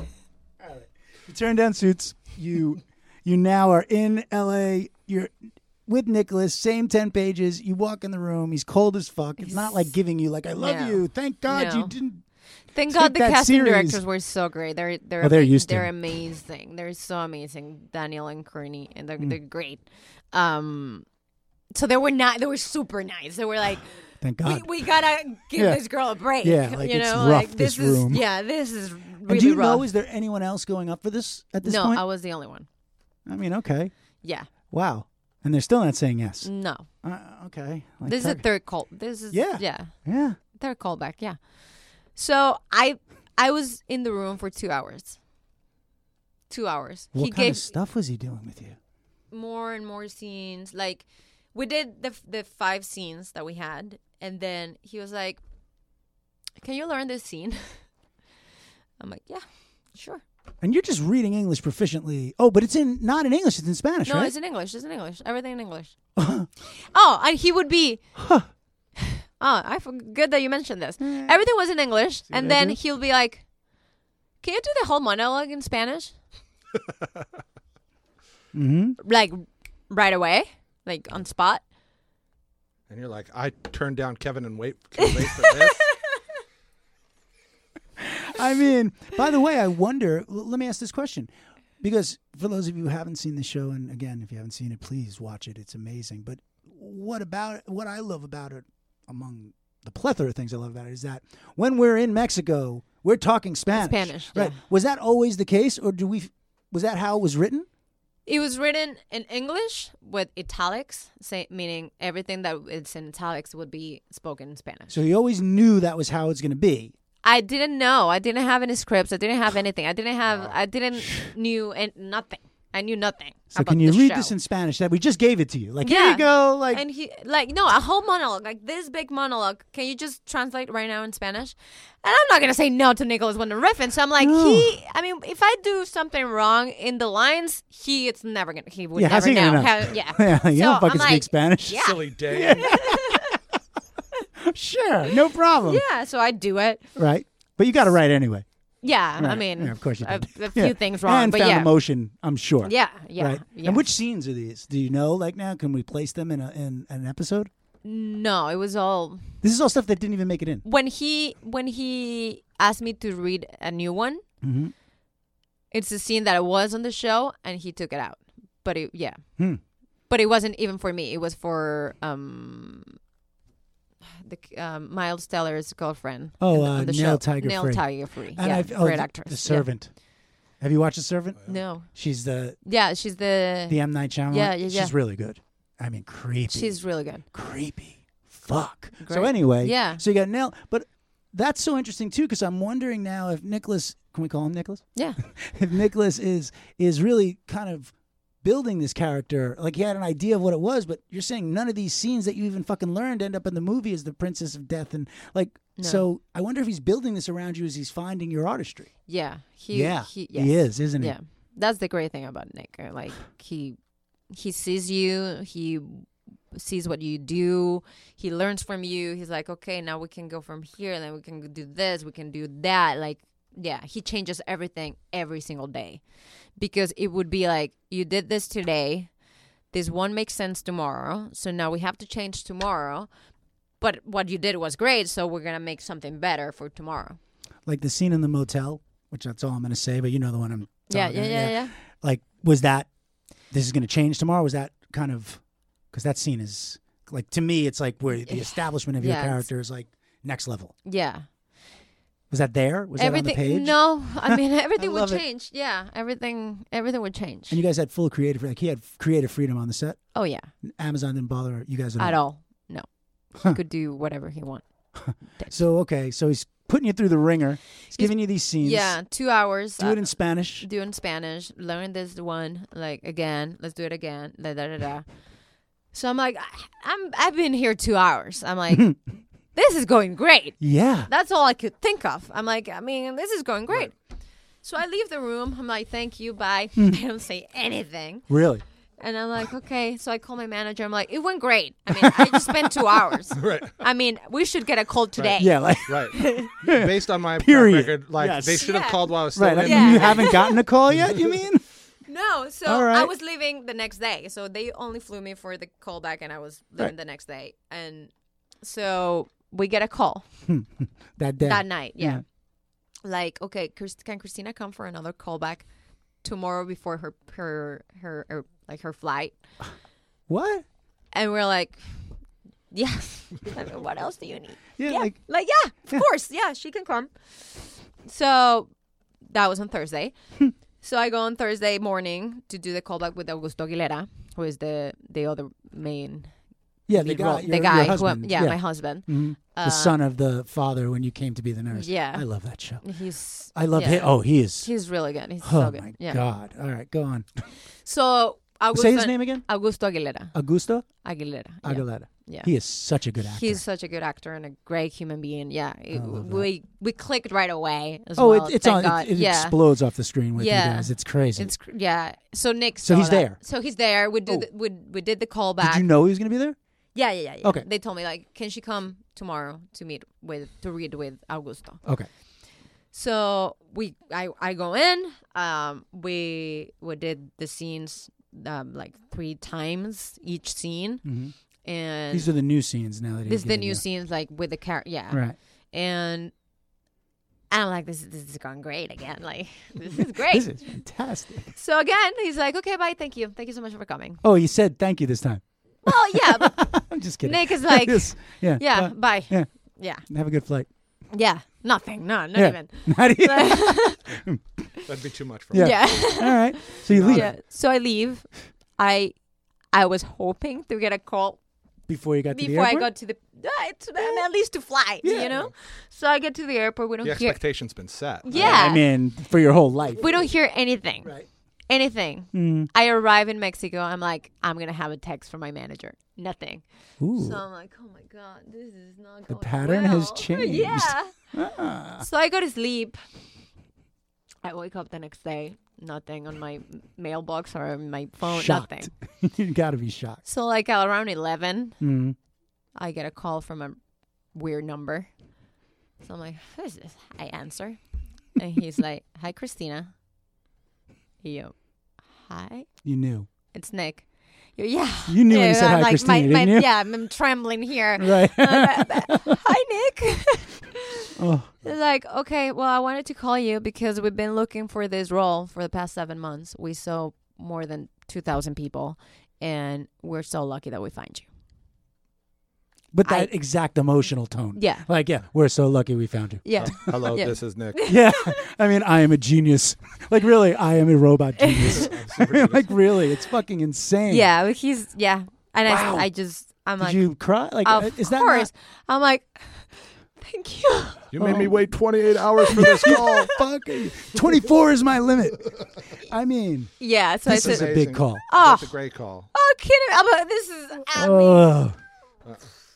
you turn down Suits. You, you now are in L.A. You're with Nicholas, same 10 pages. You walk in the room. He's cold as fuck. It's not like giving you, like, I love No. you. Thank God No. you didn't Thank Take God the that casting series. directors were so great. They're they're Oh, they're ama- used to they're it. amazing. They're so amazing. Daniel and Kearney, and Mm. they're they're great. Um, so they were not. They were super nice. They [SIGHS] were like, Thank we, God. we gotta give Yeah. this girl a break. Yeah, like, you it's know, rough, like this this, is room. yeah, this is really and do you rough. know is there anyone else going up for this at this no, point? I was the only one. I mean, okay, Yeah, wow, and they're still not saying yes. no, Uh, okay, Like, Mm. this is a tar- third call. This is Yeah. yeah, yeah. third callback. Yeah. So I I was in the room for two hours. Two hours. What he kind gave of stuff was he doing with you? more and more scenes. Like we did the the five scenes that we had, and then he was like, "Can you learn this scene?" [LAUGHS] I'm like, "Yeah, sure." And you're just reading English proficiently. Oh, but it's in not in English; it's in Spanish, no, right? it's in English. It's in English. Everything in [LAUGHS] English. oh, and he would be. [SIGHS] Oh, I for- good that you mentioned this. Everything was in English, and I then do? he'll be like, "Can you do the whole monologue in [LAUGHS] Spanish?" Mm-hmm. Like right away, like on spot. and you're like, I turned down Kevin and wait, can wait [LAUGHS] for this. I mean, by the way, I wonder. l- let me ask this question, because for those of you who haven't seen the show, and again, if you haven't seen it, please watch it. It's amazing. But what about what I love about it, among the plethora of things I love about it is that when we're in Mexico, we're talking Spanish. Spanish, right? yeah. Was that always the case, or do we? Was that how it was written? It was written in English with italics, say, meaning everything that is in italics would be spoken in Spanish. So you always knew that was how it's going to be. I didn't know. I didn't have any scripts. I [SIGHS] didn't have anything. I didn't have. I didn't knew and nothing. I knew nothing. So about can you the read show. this in Spanish? That we just gave it to you. Like here Yeah. you go. Like and he like no a whole monologue like this big monologue can you just translate right now in spanish and i'm not gonna say no to nicholas winding refn so i'm like No. he i mean if i do something wrong in the lines he it's never gonna he would Yeah, how's never he gonna know, know? How- yeah [LAUGHS] [LAUGHS] yeah, you So don't fucking I'm speak like, Spanish. yeah Silly day. [LAUGHS] Sure, no problem. yeah so i do it Right, but you got it right anyway. yeah i Right. mean Yeah, of course you a, did. a few [LAUGHS] Yeah. things wrong and but found yeah emotion. I'm sure. yeah yeah, right. yeah. And which scenes are these? Do you know? Like now, can we place them in, a, in an episode? no it was all This is all stuff that didn't even make it in. when he when he asked me to read a new one Mhm. it's a scene that was on the show and he took it out but it yeah Hmm. but it wasn't even for me it was for um the um, miles teller's girlfriend Oh, on the- uh, on the Nell show. Tiger Nell Free. tiger free And yeah I've- oh, great the- actress The Yeah. Servant. Have you watched The Servant? no She's the yeah she's the, the M Night Shyamalan. Yeah, yeah, yeah. She's really good. I mean, creepy. she's really good creepy. Fuck. So Great. anyway, Yeah. So you got Nell, but that's so interesting too because I'm wondering now if Nicholas, can we call him Nicholas? yeah if [LAUGHS] Nicholas is is really kind of building this character, like he had an idea of what it was, but you're saying none of these scenes that you even fucking learned end up in the movie as the Princess of Death, and like, No. so I wonder if he's building this around you as he's finding your artistry. yeah he yeah, he, he yes. is, isn't he? Yeah, that's the great thing about Nick. uh, Like he he sees you, he sees what you do, he learns from you. He's like, okay, now we can go from here, and then we can do this, we can do that. Like, yeah, he changes everything every single day because it would be like you did this today. This one makes sense tomorrow, so now we have to change tomorrow. But what you did was great, so we're gonna make something better for tomorrow. Like the scene in the motel, which that's all I'm gonna say, but you know the one I'm. Yeah, talking- yeah, yeah, yeah. Like, was that this is gonna change tomorrow? Was that kind of because that scene is like to me, it's like where the establishment of Yeah, your it's- character is like next level. yeah. Was that there? Was everything that on the page? no i [LAUGHS] mean everything would love it. change yeah everything everything would change And you guys had full creative, like he had creative freedom on the set. oh yeah Amazon didn't bother you guys at, at all. all no Huh. he could do whatever he want So okay, so he's putting you through the ringer. He's, He's- giving you these scenes. yeah two hours uh, Do it in Spanish. do it in spanish learn this one like again let's do it again da, da, [LAUGHS] da, da. so i'm like I, i'm i've been here two hours [LAUGHS] i'm like this is going great Yeah. that's all i could think of i'm like i mean this is going great so i leave the room i'm like thank you bye Hmm. [LAUGHS] i don't say anything Really. And I'm like, okay. So I call my manager. I'm like, it went great. I mean, I just spent [LAUGHS] two hours. [LAUGHS] Right. I mean, we should get a call today. Yeah. Like [LAUGHS] Right. Based on my track Period. record, like Yes. they should have Yeah. called while I was still right. like, in. Yeah. You haven't gotten a call yet. You [LAUGHS] mean? No. So All right. I was leaving the next day. So they only flew me for the call back, and I was leaving Right. the next day. And so we get a call that day. that night. Yeah. Yeah. Like, okay, Chris- can Christina come for another callback tomorrow before her her her, her like her flight? What? And we're like, yes. [LAUGHS] I mean, what else do you need? Yeah. yeah, Like like, yeah, of course, yeah, she can come. So that was on Thursday. Hmm. so I go on Thursday morning to do the callback with Augusto Aguilera, who is the the other main yeah. The lead guy. role- your- the your guy, who, husband. yeah, my husband. Mhm. Uh, the son of the father when you came to be the nurse. yeah. I love that show. He's I love yeah. him. Oh, he is. he's really good. He's oh so good. my yeah. god. All right, go on. So Augusto, Say his name again. Augusto Aguilera. Augusto Aguilera. yeah. Aguilera. Yeah. He is such a good actor. He's such a good actor and a great human being. Yeah, It- love that. we we clicked right away. As Oh, well, it, it's thank on. God. It, it yeah. explodes off the screen with you Yeah. guys. It's crazy. It's cr- yeah. So Nick. So saw he's that. there. So he's there. We did. Oh. The, we we did the callback. Did you know he was going to be there? yeah, yeah, yeah, yeah. Okay. They told me like, can she come tomorrow to meet with to read with Augusto? Okay. So we I I go in. Um, we we did the scenes um like three times each scene, and Mm-hmm. These are the new scenes now that he's this is the getting new you. scenes like with the character. Yeah. Right. And. I'm like this. This is going great again. Like [LAUGHS] [LAUGHS] this is great. This [LAUGHS] is fantastic. so again, he's like, "Okay, bye. Thank you. Thank you so much for [LAUGHS] coming." Oh, he said thank you this time. [LAUGHS] Well, yeah, but I'm just kidding. [LAUGHS] Nick is like, Yes. yeah. [LAUGHS] yeah, but- bye. yeah. Yeah. Have a good flight. [LAUGHS] Yeah. Nothing. No. Not Yeah. [LAUGHS] even. Not [LAUGHS] even. That'd be too much for Yeah. me. Yeah. All right. So you leave yeah. So I leave. I I was hoping to get a call before you got to the before I airport? got to the uh, to the- at least to fly. You know. So I get to the airport. We don't The hear. expectation's been set. Yeah. I mean, for your whole life. we don't hear anything. Right. Anything. Mm. I arrive in Mexico. I'm like, I'm gonna have a text from my manager. Nothing. Ooh. So I'm like, oh my god, this is not going The pattern has well." [LAUGHS] changed. Yeah. Ah. [LAUGHS] So I go to sleep. I wake up the next day, nothing on my mailbox or on my phone, nothing. shocked. you got to be shocked. So like around eleven, Mm. I get a call from a weird number. So I'm like, who is this? I answer. [LAUGHS] And he's like, Hi Christina. Yo. Hi. You knew. It's Nick. Yo, yeah. You knew when Yeah, you said I'm hi, like, Christina, my- didn't my- you? Yeah, I'm, I'm [LAUGHS] trembling here. Right. [LAUGHS] Hi Nick. [LAUGHS] oh, They're like, okay, well, I wanted to call you because we've been looking for this role for the past seven months. We saw more than 2,000 people, and we're so lucky that we find you. but I- that exact emotional tone. Yeah. Like, yeah, we're so lucky we found you. Yeah. Hello, Yeah. this [LAUGHS] is Nick. Uh, Yeah. I mean, I am a genius. Like, really, I am a robot [LAUGHS] genius. [LAUGHS] I mean, like, really, it's fucking insane. yeah. but He's, yeah. And Wow. I, I just, I'm Did like, you cry? Like, uh, of is that course. I'm like, thank you. You made oh. me wait 28 hours for [LAUGHS] this call. not fucking 24 Oh, is my limit? I mean, Yeah. So this I is said, a big Amazing. call. That's a great call. oh, kidding. I'm like, this is, I mean, Oh,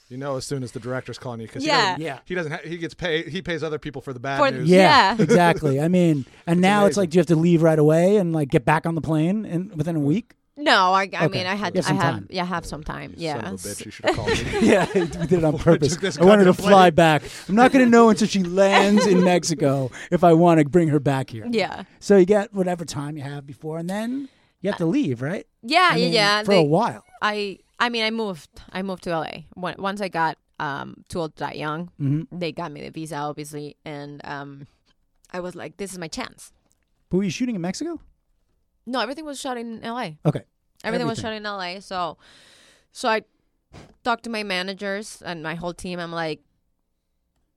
You know, as soon as the director's calling you, because Yeah. he doesn't, Yeah. he, doesn't ha- he gets paid. He pays other people for the bad For- news. yeah, Yeah. [LAUGHS] exactly. I mean, and now it's amazing. like, do you have to leave right away and like get back on the plane and within a week? no, I, I Okay. mean, I had, You have I some have, time. yeah, I have some time. You Yeah. Son of a bitch, you should have [LAUGHS] called me. [LAUGHS] Yeah, we did it on purpose. took this I want her to goddamn fly plane. back. I'm not going to know until she lands in Mexico if I want to bring her back here. Yeah. So you get whatever time you have before, and then you have to leave, right? Uh, Yeah. I mean, yeah. Yeah. For a They- while. I I mean I moved I moved to LA When- once I got um too old that young Mhm. they got me the visa obviously and um I was like this is my chance But were you shooting in Mexico? no everything was shot in LA Okay. everything was Everything. shot in LA so so I talked to my managers and my whole team I'm like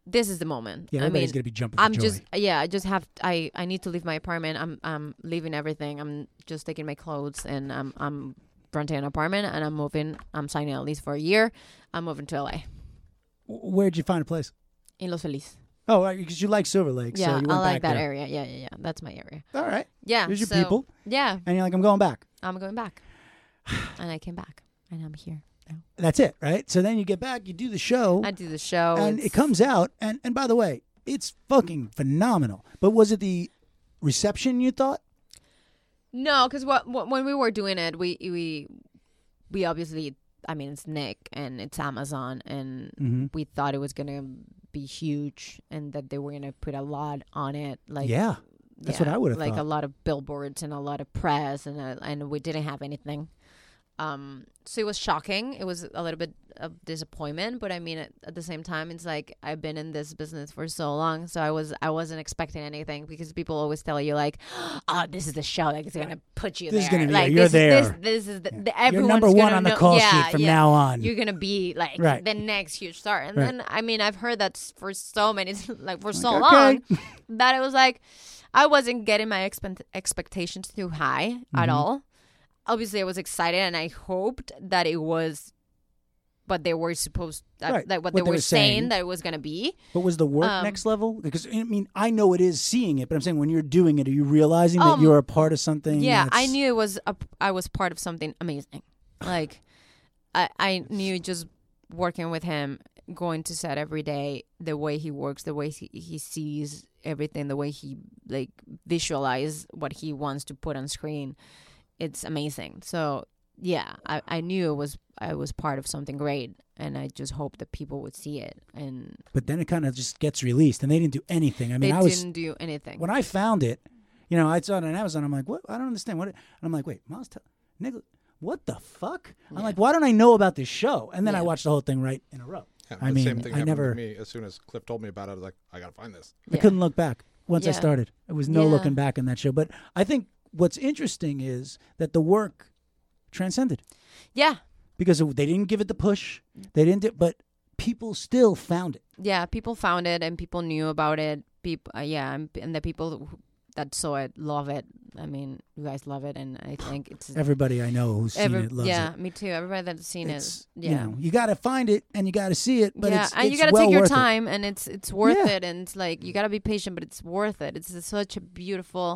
this is the moment Yeah, I everybody's mean going to be jumping for I'm joy. just yeah I just have I I need to leave my apartment I'm I'm leaving everything I'm just taking my clothes and I'm I'm renting an apartment and I'm moving I'm signing a lease for a year I'm moving to LA W- Where'd you find a place? In Los Feliz. Oh, because you like Silver Lake, so Yeah, you went I back like that there. area. Yeah, yeah, yeah. That's my area. All right. Yeah. There's your so- people. Yeah, And you're like, I'm going back. I'm going back. [SIGHS] And I came back and I'm here. now. That's it, right? So then you get back, you do the show, I do the show. and it's- it comes out. And, and by the way, it's fucking phenomenal. But was it the reception you thought? No, because what, what when we were doing it, we we we obviously I mean it's Nick and it's Amazon and we thought it was gonna be huge and that they were gonna put a lot on it. Like yeah. That's what I would've like a thought. lot of billboards and a lot of press and uh and we didn't have anything. Um, so it was shocking. It was a little bit of disappointment, but I mean, at, at the same time, it's like I've been in this business for so long, so I was I wasn't expecting anything because people always tell you like, [GASPS] "Oh, this is the show like it's gonna put you This is there. gonna be- like you're this is there. this, this is the, the everyone's you're number one gonna on the know- call yeah, sheet from yeah. now on. You're gonna be like Right. the next huge star, and Right. then I mean I've heard that s- for so many, [LAUGHS] like for so okay. long, that it was like I wasn't getting my expect- expectations too high at all. Obviously, I was excited and I hoped that it was what they were supposed, that, Right, that what, they, were saying that it was gonna be. But was the work Um, next level? Because I mean, I know it is seeing it, but I'm saying when you're doing it, are you realizing that Um, you're a part of something? Yeah, I that's- knew it was a, I was part of something amazing. Like I I knew just working with him, going to set every day, the way he works, the way he, he sees everything, the way he like visualize what he wants to put on screen. It's amazing. So yeah, I, I knew it was I was part of something great and I just hope that people would see it and But then it kind of just gets released, and they didn't do anything. I mean, they I was didn't do anything. when I found it, you know, I saw it on Amazon. I'm like, what? I don't understand what. it- And I'm like, wait, Miles, Tell Nicholas, what the fuck? I'm like, why don't I know about this show? And then I Yeah. watched the whole thing right in a row. Yeah, I the mean, same thing I happened never, to me. As soon as Cliff told me about it, I was like, I gotta find this. I couldn't look back once I Yeah. started. It was no Yeah. looking back in that show. But I think what's interesting is that the work transcended. yeah. because it- they didn't give it the push. They didn't, do, but people still found it. yeah, people found it and people knew about it. People, uh, yeah, and, and the people who- that saw it love it. I mean, you guys love it, and I think [SIGHS] it's Everybody I know who's seen every- it loves yeah, it. me too. Everybody that's seen It's, it, yeah. you know, you got to find it and you got to see it, but yeah, it's, and you it's gotta well take your worth it. time, and it's it's worth Yeah. it, and it's like you gotta be patient, but it's worth it. It's such a beautiful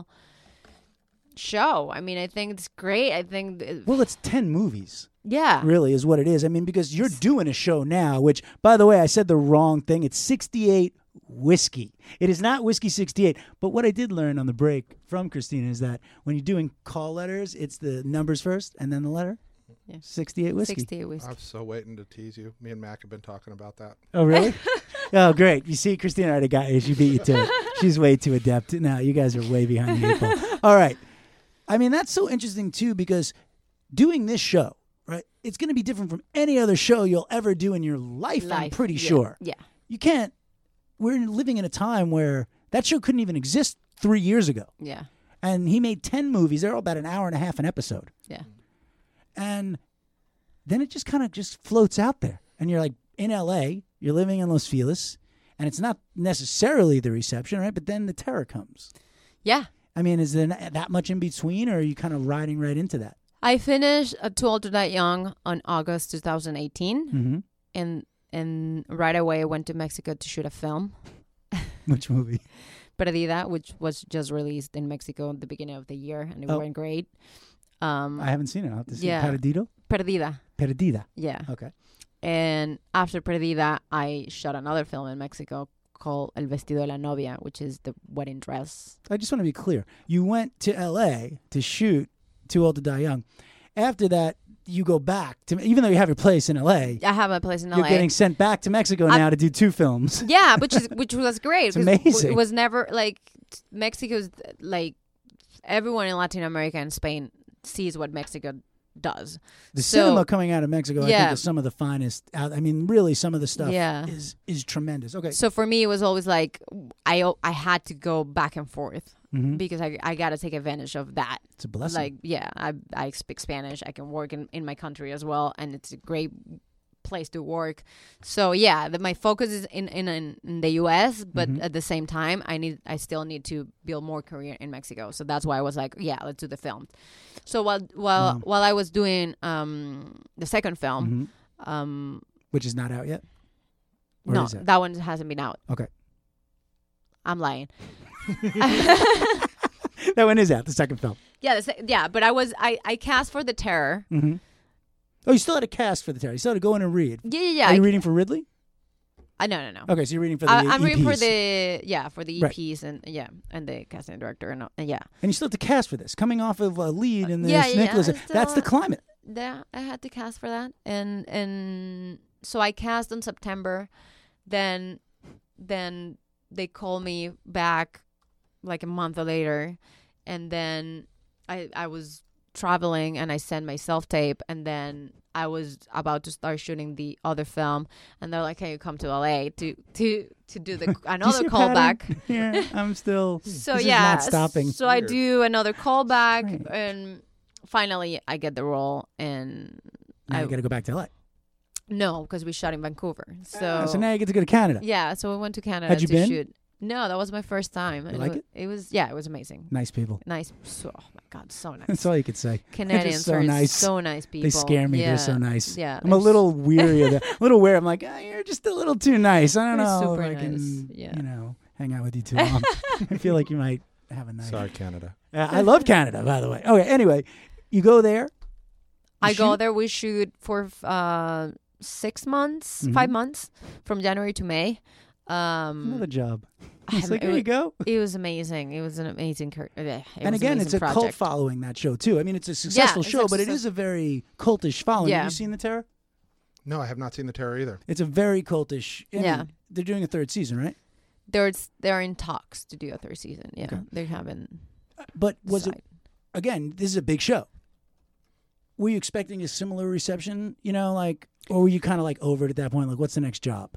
show. I mean, I think it's great. I think, th- Well, it's 10 movies. yeah, really is what it is. I mean, because you're doing a show now, which, by the way, I said the wrong thing. It's 68 whiskey. It is not whiskey 68. But what I did learn on the break from Christina is that when you're doing call letters, it's the numbers first and then the letter. Yeah. 68 whiskey. sixty whiskey. I'm so waiting to tease you. Me and Mac have been talking about that. Oh, [LAUGHS] really? oh, great. You see, Christina already got it. She beat you to it. She's way too adept. No, you guys are way behind the eight [LAUGHS] ball. All right. I mean, that's so interesting, too, because doing this show, right, it's going to be different from any other show you'll ever do in your life, I'm Life, pretty yeah, sure. Yeah, You can't, we're living in a time where that show couldn't even exist three years ago. yeah, And he made 10 movies. They're all about an hour and a half an episode yeah. and then it just kind of just floats out there and you're like in la you're living in los feliz and it's not necessarily the reception right but then the terror comes Yeah. i mean is there not- that much in between or are you kind of riding right into that I finished A Too Old to Die Young on August 2018, mm-hmm. and and right away I went to Mexico to shoot a film, which movie Perdida, which was just released in Mexico at the beginning of the year, and it Oh. went great. Um, i haven't seen it i have to see it. Yeah. perdido Perdida, perdida yeah. okay And after Perdida, I shot another film in Mexico called El Vestido de la Novia, which is the wedding dress. i just want to be clear you went to la to shoot too old to die young after that you go back to even though you have your place in la I have a place in you're LA. getting sent back to mexico I'm- now to do two films [LAUGHS] yeah, which is which was great. It's 'cause w- amazing. It was never like Mexico's like everyone in Latin America and Spain sees what Mexico does. The So- cinema coming out of Mexico, I think, Yeah. is some of the finest. Out, I mean, really, some of the stuff Yeah. is is tremendous. Okay, So for me, it was always like I o- I had to go back and forth Mhm. because I I got to take advantage of that. it's a blessing. like yeah i i speak spanish i can work in, in my country as well and it's a great place to work so yeah the, my focus is in in, in, in the us but Mm-hmm. at the same time i need i still need to build more career in mexico so that's why i was like yeah let's do the film so while while Wow. while i was doing um the second film Mhm. um which is not out yet. [LAUGHS] Or no is it? that one hasn't been out Okay. i'm [LAUGHS] lying [LAUGHS] that one is out. The second film. yeah the se- yeah but i was i i cast for the terror hmm Oh, you still had a cast for the Terry. You still had to go in and read. yeah yeah yeah Are you I- reading for Ridley? I, Uh, no no no Okay, so you're reading Oh, for the E I, I'm reading for EPs. the yeah for the Right. EPs and yeah and the casting director and, all- and yeah and you still have to cast for this. Coming off of a lead in the Yeah, yeah, yeah. Nicholas, I that's the still- climate. yeah I had to cast for that and and so I cast in September, then then they call me back like a month later, and then I I was traveling and I sent my self tape and then I was about to start shooting the other film and they're like can you come to LA to to to [LAUGHS] do the Do you another see a callback. [LAUGHS] pattern? Here, I'm still. [LAUGHS] So Hmm. this is yeah, not stopping. So I Weird. do another Strange. callback, and finally I get the role. And Now I- you got to go back to LA. no, because we shot in Vancouver. So, Ah, so now you get to go to Canada. Oh. yeah, so we went to Canada Had you to been? shoot. No, that was my first time. and like wa- it? was yeah, it was amazing. Nice people. [LAUGHS] Nice. So, oh my god, so nice. That's all you could say. Canadians so are nice. so nice people. They scare me. Yeah. They're so nice. Yeah, I'm a they're s- little weary [LAUGHS] of that. A little aware. I'm like, ah, you're just a little too nice. I don't You're know if super I can, nice. Yeah. you know, hang out with you [LAUGHS] too long. I feel like you might have a night. Sorry, Canada. Uh, I love Canada, by the way. Okay, anyway, you go there. you I go shoot. there. We shoot for uh, six months, Mm-hmm. five months, from January to May. Um, Another job. I It's haven't- like, here you go. It was amazing. It was an amazing uh, career. And again, it's a cult project. following that show too. I mean, it's a successful it's a show, but it success- is a very cultish following. Yeah. Have you seen The Terror? No, I have not seen the terror either. It's a very cultish. I mean, Yeah. they're doing a third season, right? They're they're in talks to do a third season. Yeah, Okay. they haven't. But was it decided. again, this is a big show. Were you expecting a similar reception? You know, like, or were you kind of like over it at that point? Like, what's the next job?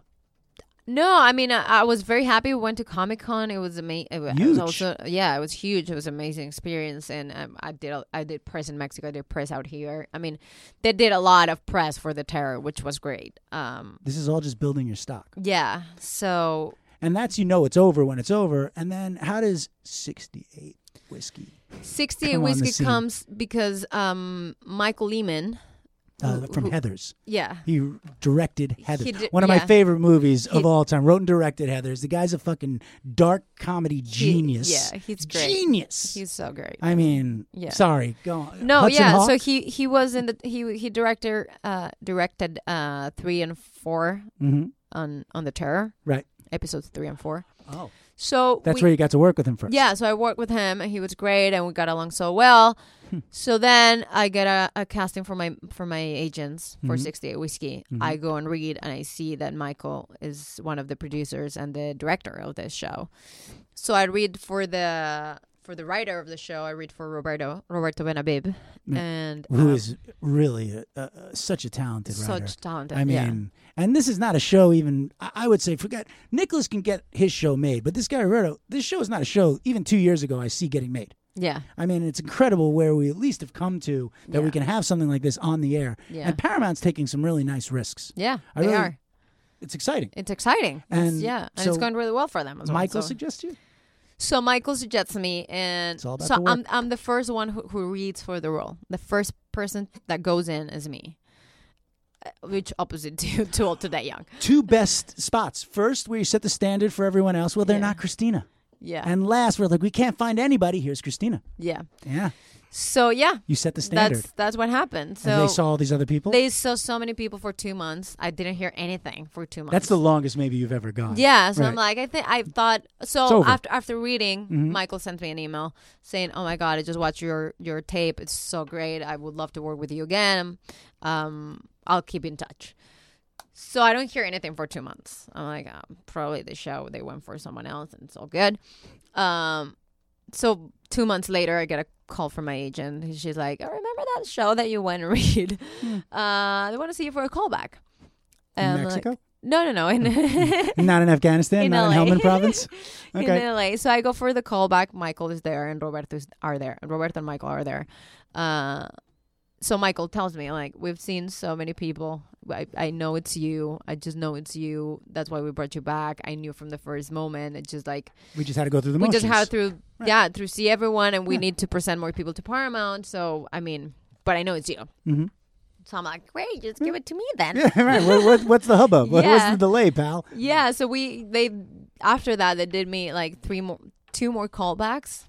No, I mean I, I was very happy. We went to Comic Con. It was amazing. It was Huge. also yeah, it was huge. It was an amazing experience, and um, I did a- I did press in Mexico. I did press out here. I mean, they did a lot of press for the terror, which was great. Um, This is all just building your stock. yeah. So And that's you know it's over when it's over. And then how does 68 whiskey 60 Come on, the whiskey scene. comes because um, Michael Lehman. uh, Who- from who- Heather's? Yeah. He directed Heather. He di- One of my yeah. favorite movies He- of all time. Wrote and directed Heather's. The guy's a fucking dark comedy genius. yeah, he's great. Genius. He's so great. I mean, Yeah. sorry, go on. No, Hudson yeah. So Hawk? he he was in the he he director uh directed uh 3 and 4 Mhm. on on the terror. Right. Episodes 3 and 4. Oh, So that's we, where you got to work with him first. Yeah, so I worked with him and he was great and we got along so well. Hmm. so then I get a, a casting for my for my agents for Mm-hmm. 68 Whiskey. I go and read and I see that Michael is one of the producers and the director of this show. So I read for the for the writer of the show, I read for Roberto Roberto Benabib and Mm. who um, is really a, a, a- such a talented writer. such talented. I yeah. mean, and this is not a show. Even I, I would say, forget Nicholas can get his show made, but this guy Roberto, this show is not a show. Even two years ago, I see getting made. yeah. I mean, it's incredible where we at least have come to that we Yeah. can have something like this on the air. Yeah. And Paramount's taking some really nice risks. Yeah, I they really- are. It's exciting. It's exciting. It's- And yeah, and so it's going really well for them as well. Michael so. suggests you. So Michael suggests me, and It's all about so the work. I'm I'm the first one who, who reads for the role. The first person that goes in is me, Uh, which opposite [LAUGHS] to to old to that young. Two best spots. First, where you set the standard for everyone else. Well, they're Yeah. not Christina. Yeah, And last, we're like, we can't find anybody. Here's Christina. yeah. Yeah, So yeah, you set the standard. that's that's what happened. So and they saw all these other people. they saw so many people for two months. I didn't hear anything for two months. That's the longest maybe you've ever gone. Yeah, so I'm Right. like, I think I thought It's so. over. Mm-hmm. After after reading, Michael sent me an email saying, "Oh my god, I just watched your your tape. It's so great. I would love to work with you again. Um, I'll keep in touch." So I don't hear anything for two months. I'm like, uh, probably the show they went for someone else, and it's all good. Um, so two months later, I get a call from my agent. and She's like, "I remember that show that you went and [LAUGHS] read. Hmm. Uh, they want to see you for a callback." In And I'm Mexico? [LAUGHS] Mm-hmm. Like, no, no, no. In, Not in Afghanistan, In not LA. in Helmand [LAUGHS] province. Okay. in LA. So I go for the callback. Michael is there, and Roberto are there. and Roberto and Michael are there. Uh, so Michael tells me, like, we've seen so many people. I, I know it's you. I just know it's you. That's why we brought you back. I knew from the first moment. It's just like we just had to go through the we motions. just had through, yeah, through see everyone, and we need to present more people to Paramount. So I mean, but I know it's you. Mhm. [LAUGHS] So I'm like, great, just give it to me [LAUGHS] then. Yeah, right. What, what, what's the hubbub? What, What's Yeah. the delay, pal? Yeah, so we they after that they did me like three more two more callbacks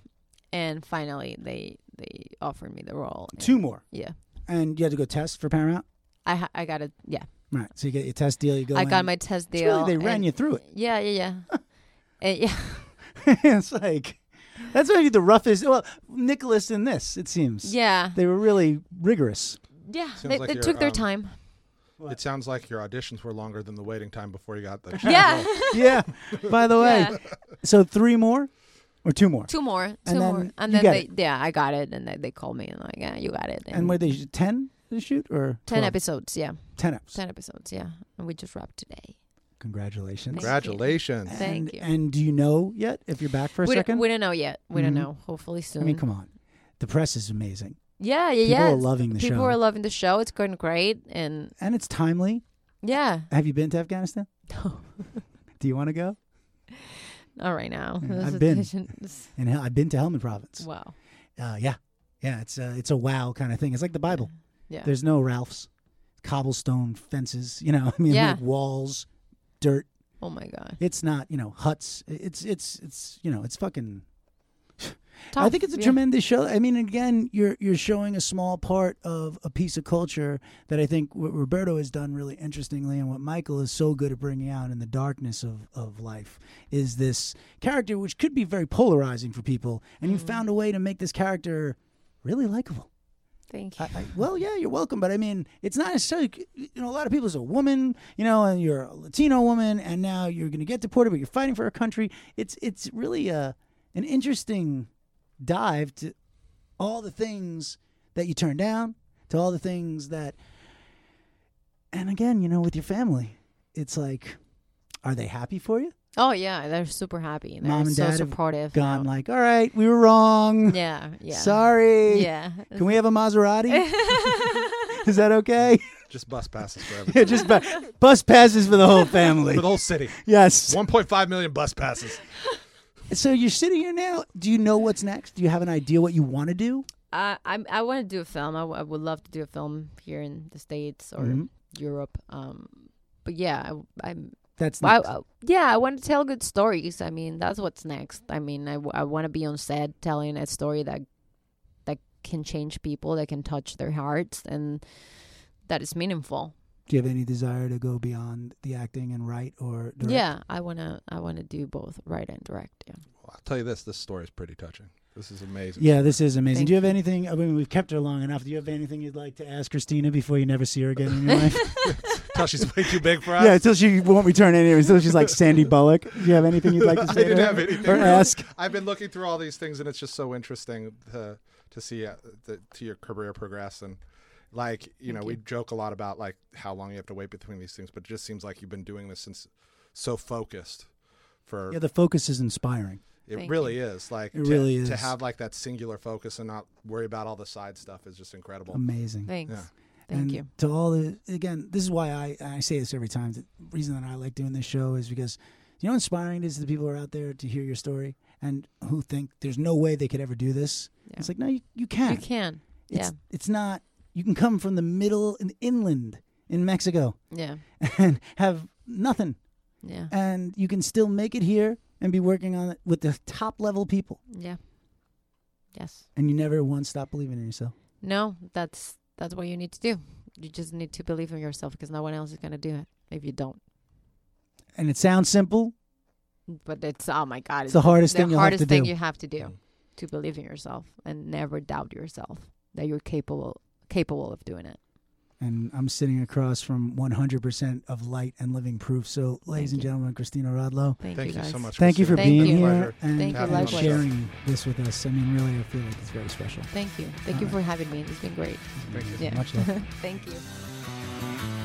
and finally they they offered me the role. And- Two more. Yeah. And you had to go test for Paramount? I ha- I got a yeah. Right. So you get your test deal, you go I got in. my test It's deal. really, they ran and- you through it. [LAUGHS] Yeah, yeah, yeah. And yeah. it's like, that's maybe the roughest. Well, Nicholas in this, it seems. Yeah. They were really rigorous. [LAUGHS] Yeah. Sounds They, like they you're, took their um, time. It sounds like your auditions were longer than the waiting time before you got the [LAUGHS] Yeah. yeah. By the way, yeah. so three more or two more? Two more. Two And then more. And you then got they yeah, I got it and they, they called me and like, yeah, you got it. And were they 10 to shoot or? ten 12? episodes, yeah. 10 episodes. Ten episodes, yeah. And we just wrapped today. Congratulations. [LAUGHS] Thank [LAUGHS] Congratulations. Thank and, you. And do you know yet if you're back for a we, second? Don't, we don't know yet. We Mhm. don't know. Hopefully soon. I mean, come on. The press is amazing. Yeah, yeah, People yeah. are loving the People show. are loving the show. It's going great, and and it's timely. yeah, Have you been to Afghanistan? [LAUGHS] No. Do you want to go? not right now. Yeah, This Mm, I've is- been. [LAUGHS] this is- And I've been to Helmand Province. Wow. Uh, yeah, yeah. It's a it's a wow kind of thing. It's like the Bible. Yeah. There's no Ralphs, cobblestone fences. You know, [LAUGHS] I mean, Yeah. like walls, dirt. Oh my god. It's not you know huts. It's it's it's you know it's fucking. I Tough, think it's a yeah. tremendous show. I mean, again, you're you're showing a small part of a piece of culture that I think what Roberto has done really interestingly, and what Michael is so good at bringing out in the darkness of of life is this character, which could be very polarizing for people, and you Mm. found a way to make this character really likable. Thank I, you. I, well, yeah, you're welcome, but I mean, it's not necessarily. You know, a lot of people is a woman, you know, and you're a Latino woman, and now you're going to get deported, but you're fighting for our country. It's it's really uh an interesting dive to all the things that you turn down, to all the things that, and again, you know, with your family, it's like Are they happy for you? Oh yeah, they're super happy. They're Mom and so Dad have supportive. Gone like, all right, we were wrong. Yeah, yeah. Sorry. Yeah. [LAUGHS] Can we have a Maserati? Is that okay? Just bus [LAUGHS] passes for yeah, everything. just bu- bus passes for the whole family. [LAUGHS] For the [LAUGHS] whole city. yes. 1.5 million bus passes. So you're sitting here now. Do you know what's next? Do you have an idea what you want to do? I I, I want to do a film. I, w- I would love to do a film here in the states or Mhm. Europe. Um, but yeah, I, I'm. That's I, next. I- yeah, I want to tell good stories. I mean, that's what's next. I mean, I, w- I want to be on set telling a story that that can change people, that can touch their hearts, and that is meaningful. do you have any desire to go beyond the acting and write or direct? Yeah, I wanna I wanna do both, write and direct. Yeah. Well, I'll tell you this this story is pretty touching. This is amazing. Yeah, [LAUGHS] this is amazing. Thank do you have anything? I mean, we've kept her long enough. Do you have anything you'd like to ask Christina before you never see her again in your [LAUGHS] life? Tell she's way too [LAUGHS] big [LAUGHS] for us. yeah, until she won't return anyway. Until she's like Sandy Bullock. Do you have anything you'd like to [LAUGHS] I say? didn't to her? have anything. Or [LAUGHS] ask? I've been looking through all these things, and it's just so interesting to to see uh, the, to your career progress and like you know we joke a lot about like how long you have to wait between these things, but it just seems like you've been doing this since so focused for Yeah, the focus is inspiring. it Thank really is like It to, really to is. have like that singular focus and not worry about all the side stuff is just incredible. Amazing. Thanks. Yeah. Thank and you. To all the again, this is why I I say this every time. The reason that I like doing this show is because you know how inspiring it is to the people who are out there to hear your story and who think there's no way they could ever do this. Yeah. It's like no, you you can. You can. It's, Yeah. it's not. You can come from the middle and inland in Mexico [LAUGHS] Yeah. and have nothing, Yeah. and you can still make it here and be working on it with the top level people, Yeah. Yes. and you never once stop believing in yourself. No, that's that's what you need to do. You just need to believe in yourself because no one else is gonna do it if you don't. And it sounds simple. But it's oh my god, It's the hardest the thing you'll have hardest to thing do. you have to Mm. do to believe in yourself and never doubt yourself that you're capable capable of doing it. and I'm sitting across from 100% of light and living proof. So, ladies and Thank you. gentlemen, Christina Rodlow, Thank, Thank you you guys. so much. thank you for Christina. being Thank you. here and, Thank you, and likewise. sharing this with us. I mean, really, I feel like it's very special. [LAUGHS] Thank you. Thank you for having me. It's been great. Thank you. Yeah. Much love. Thank you.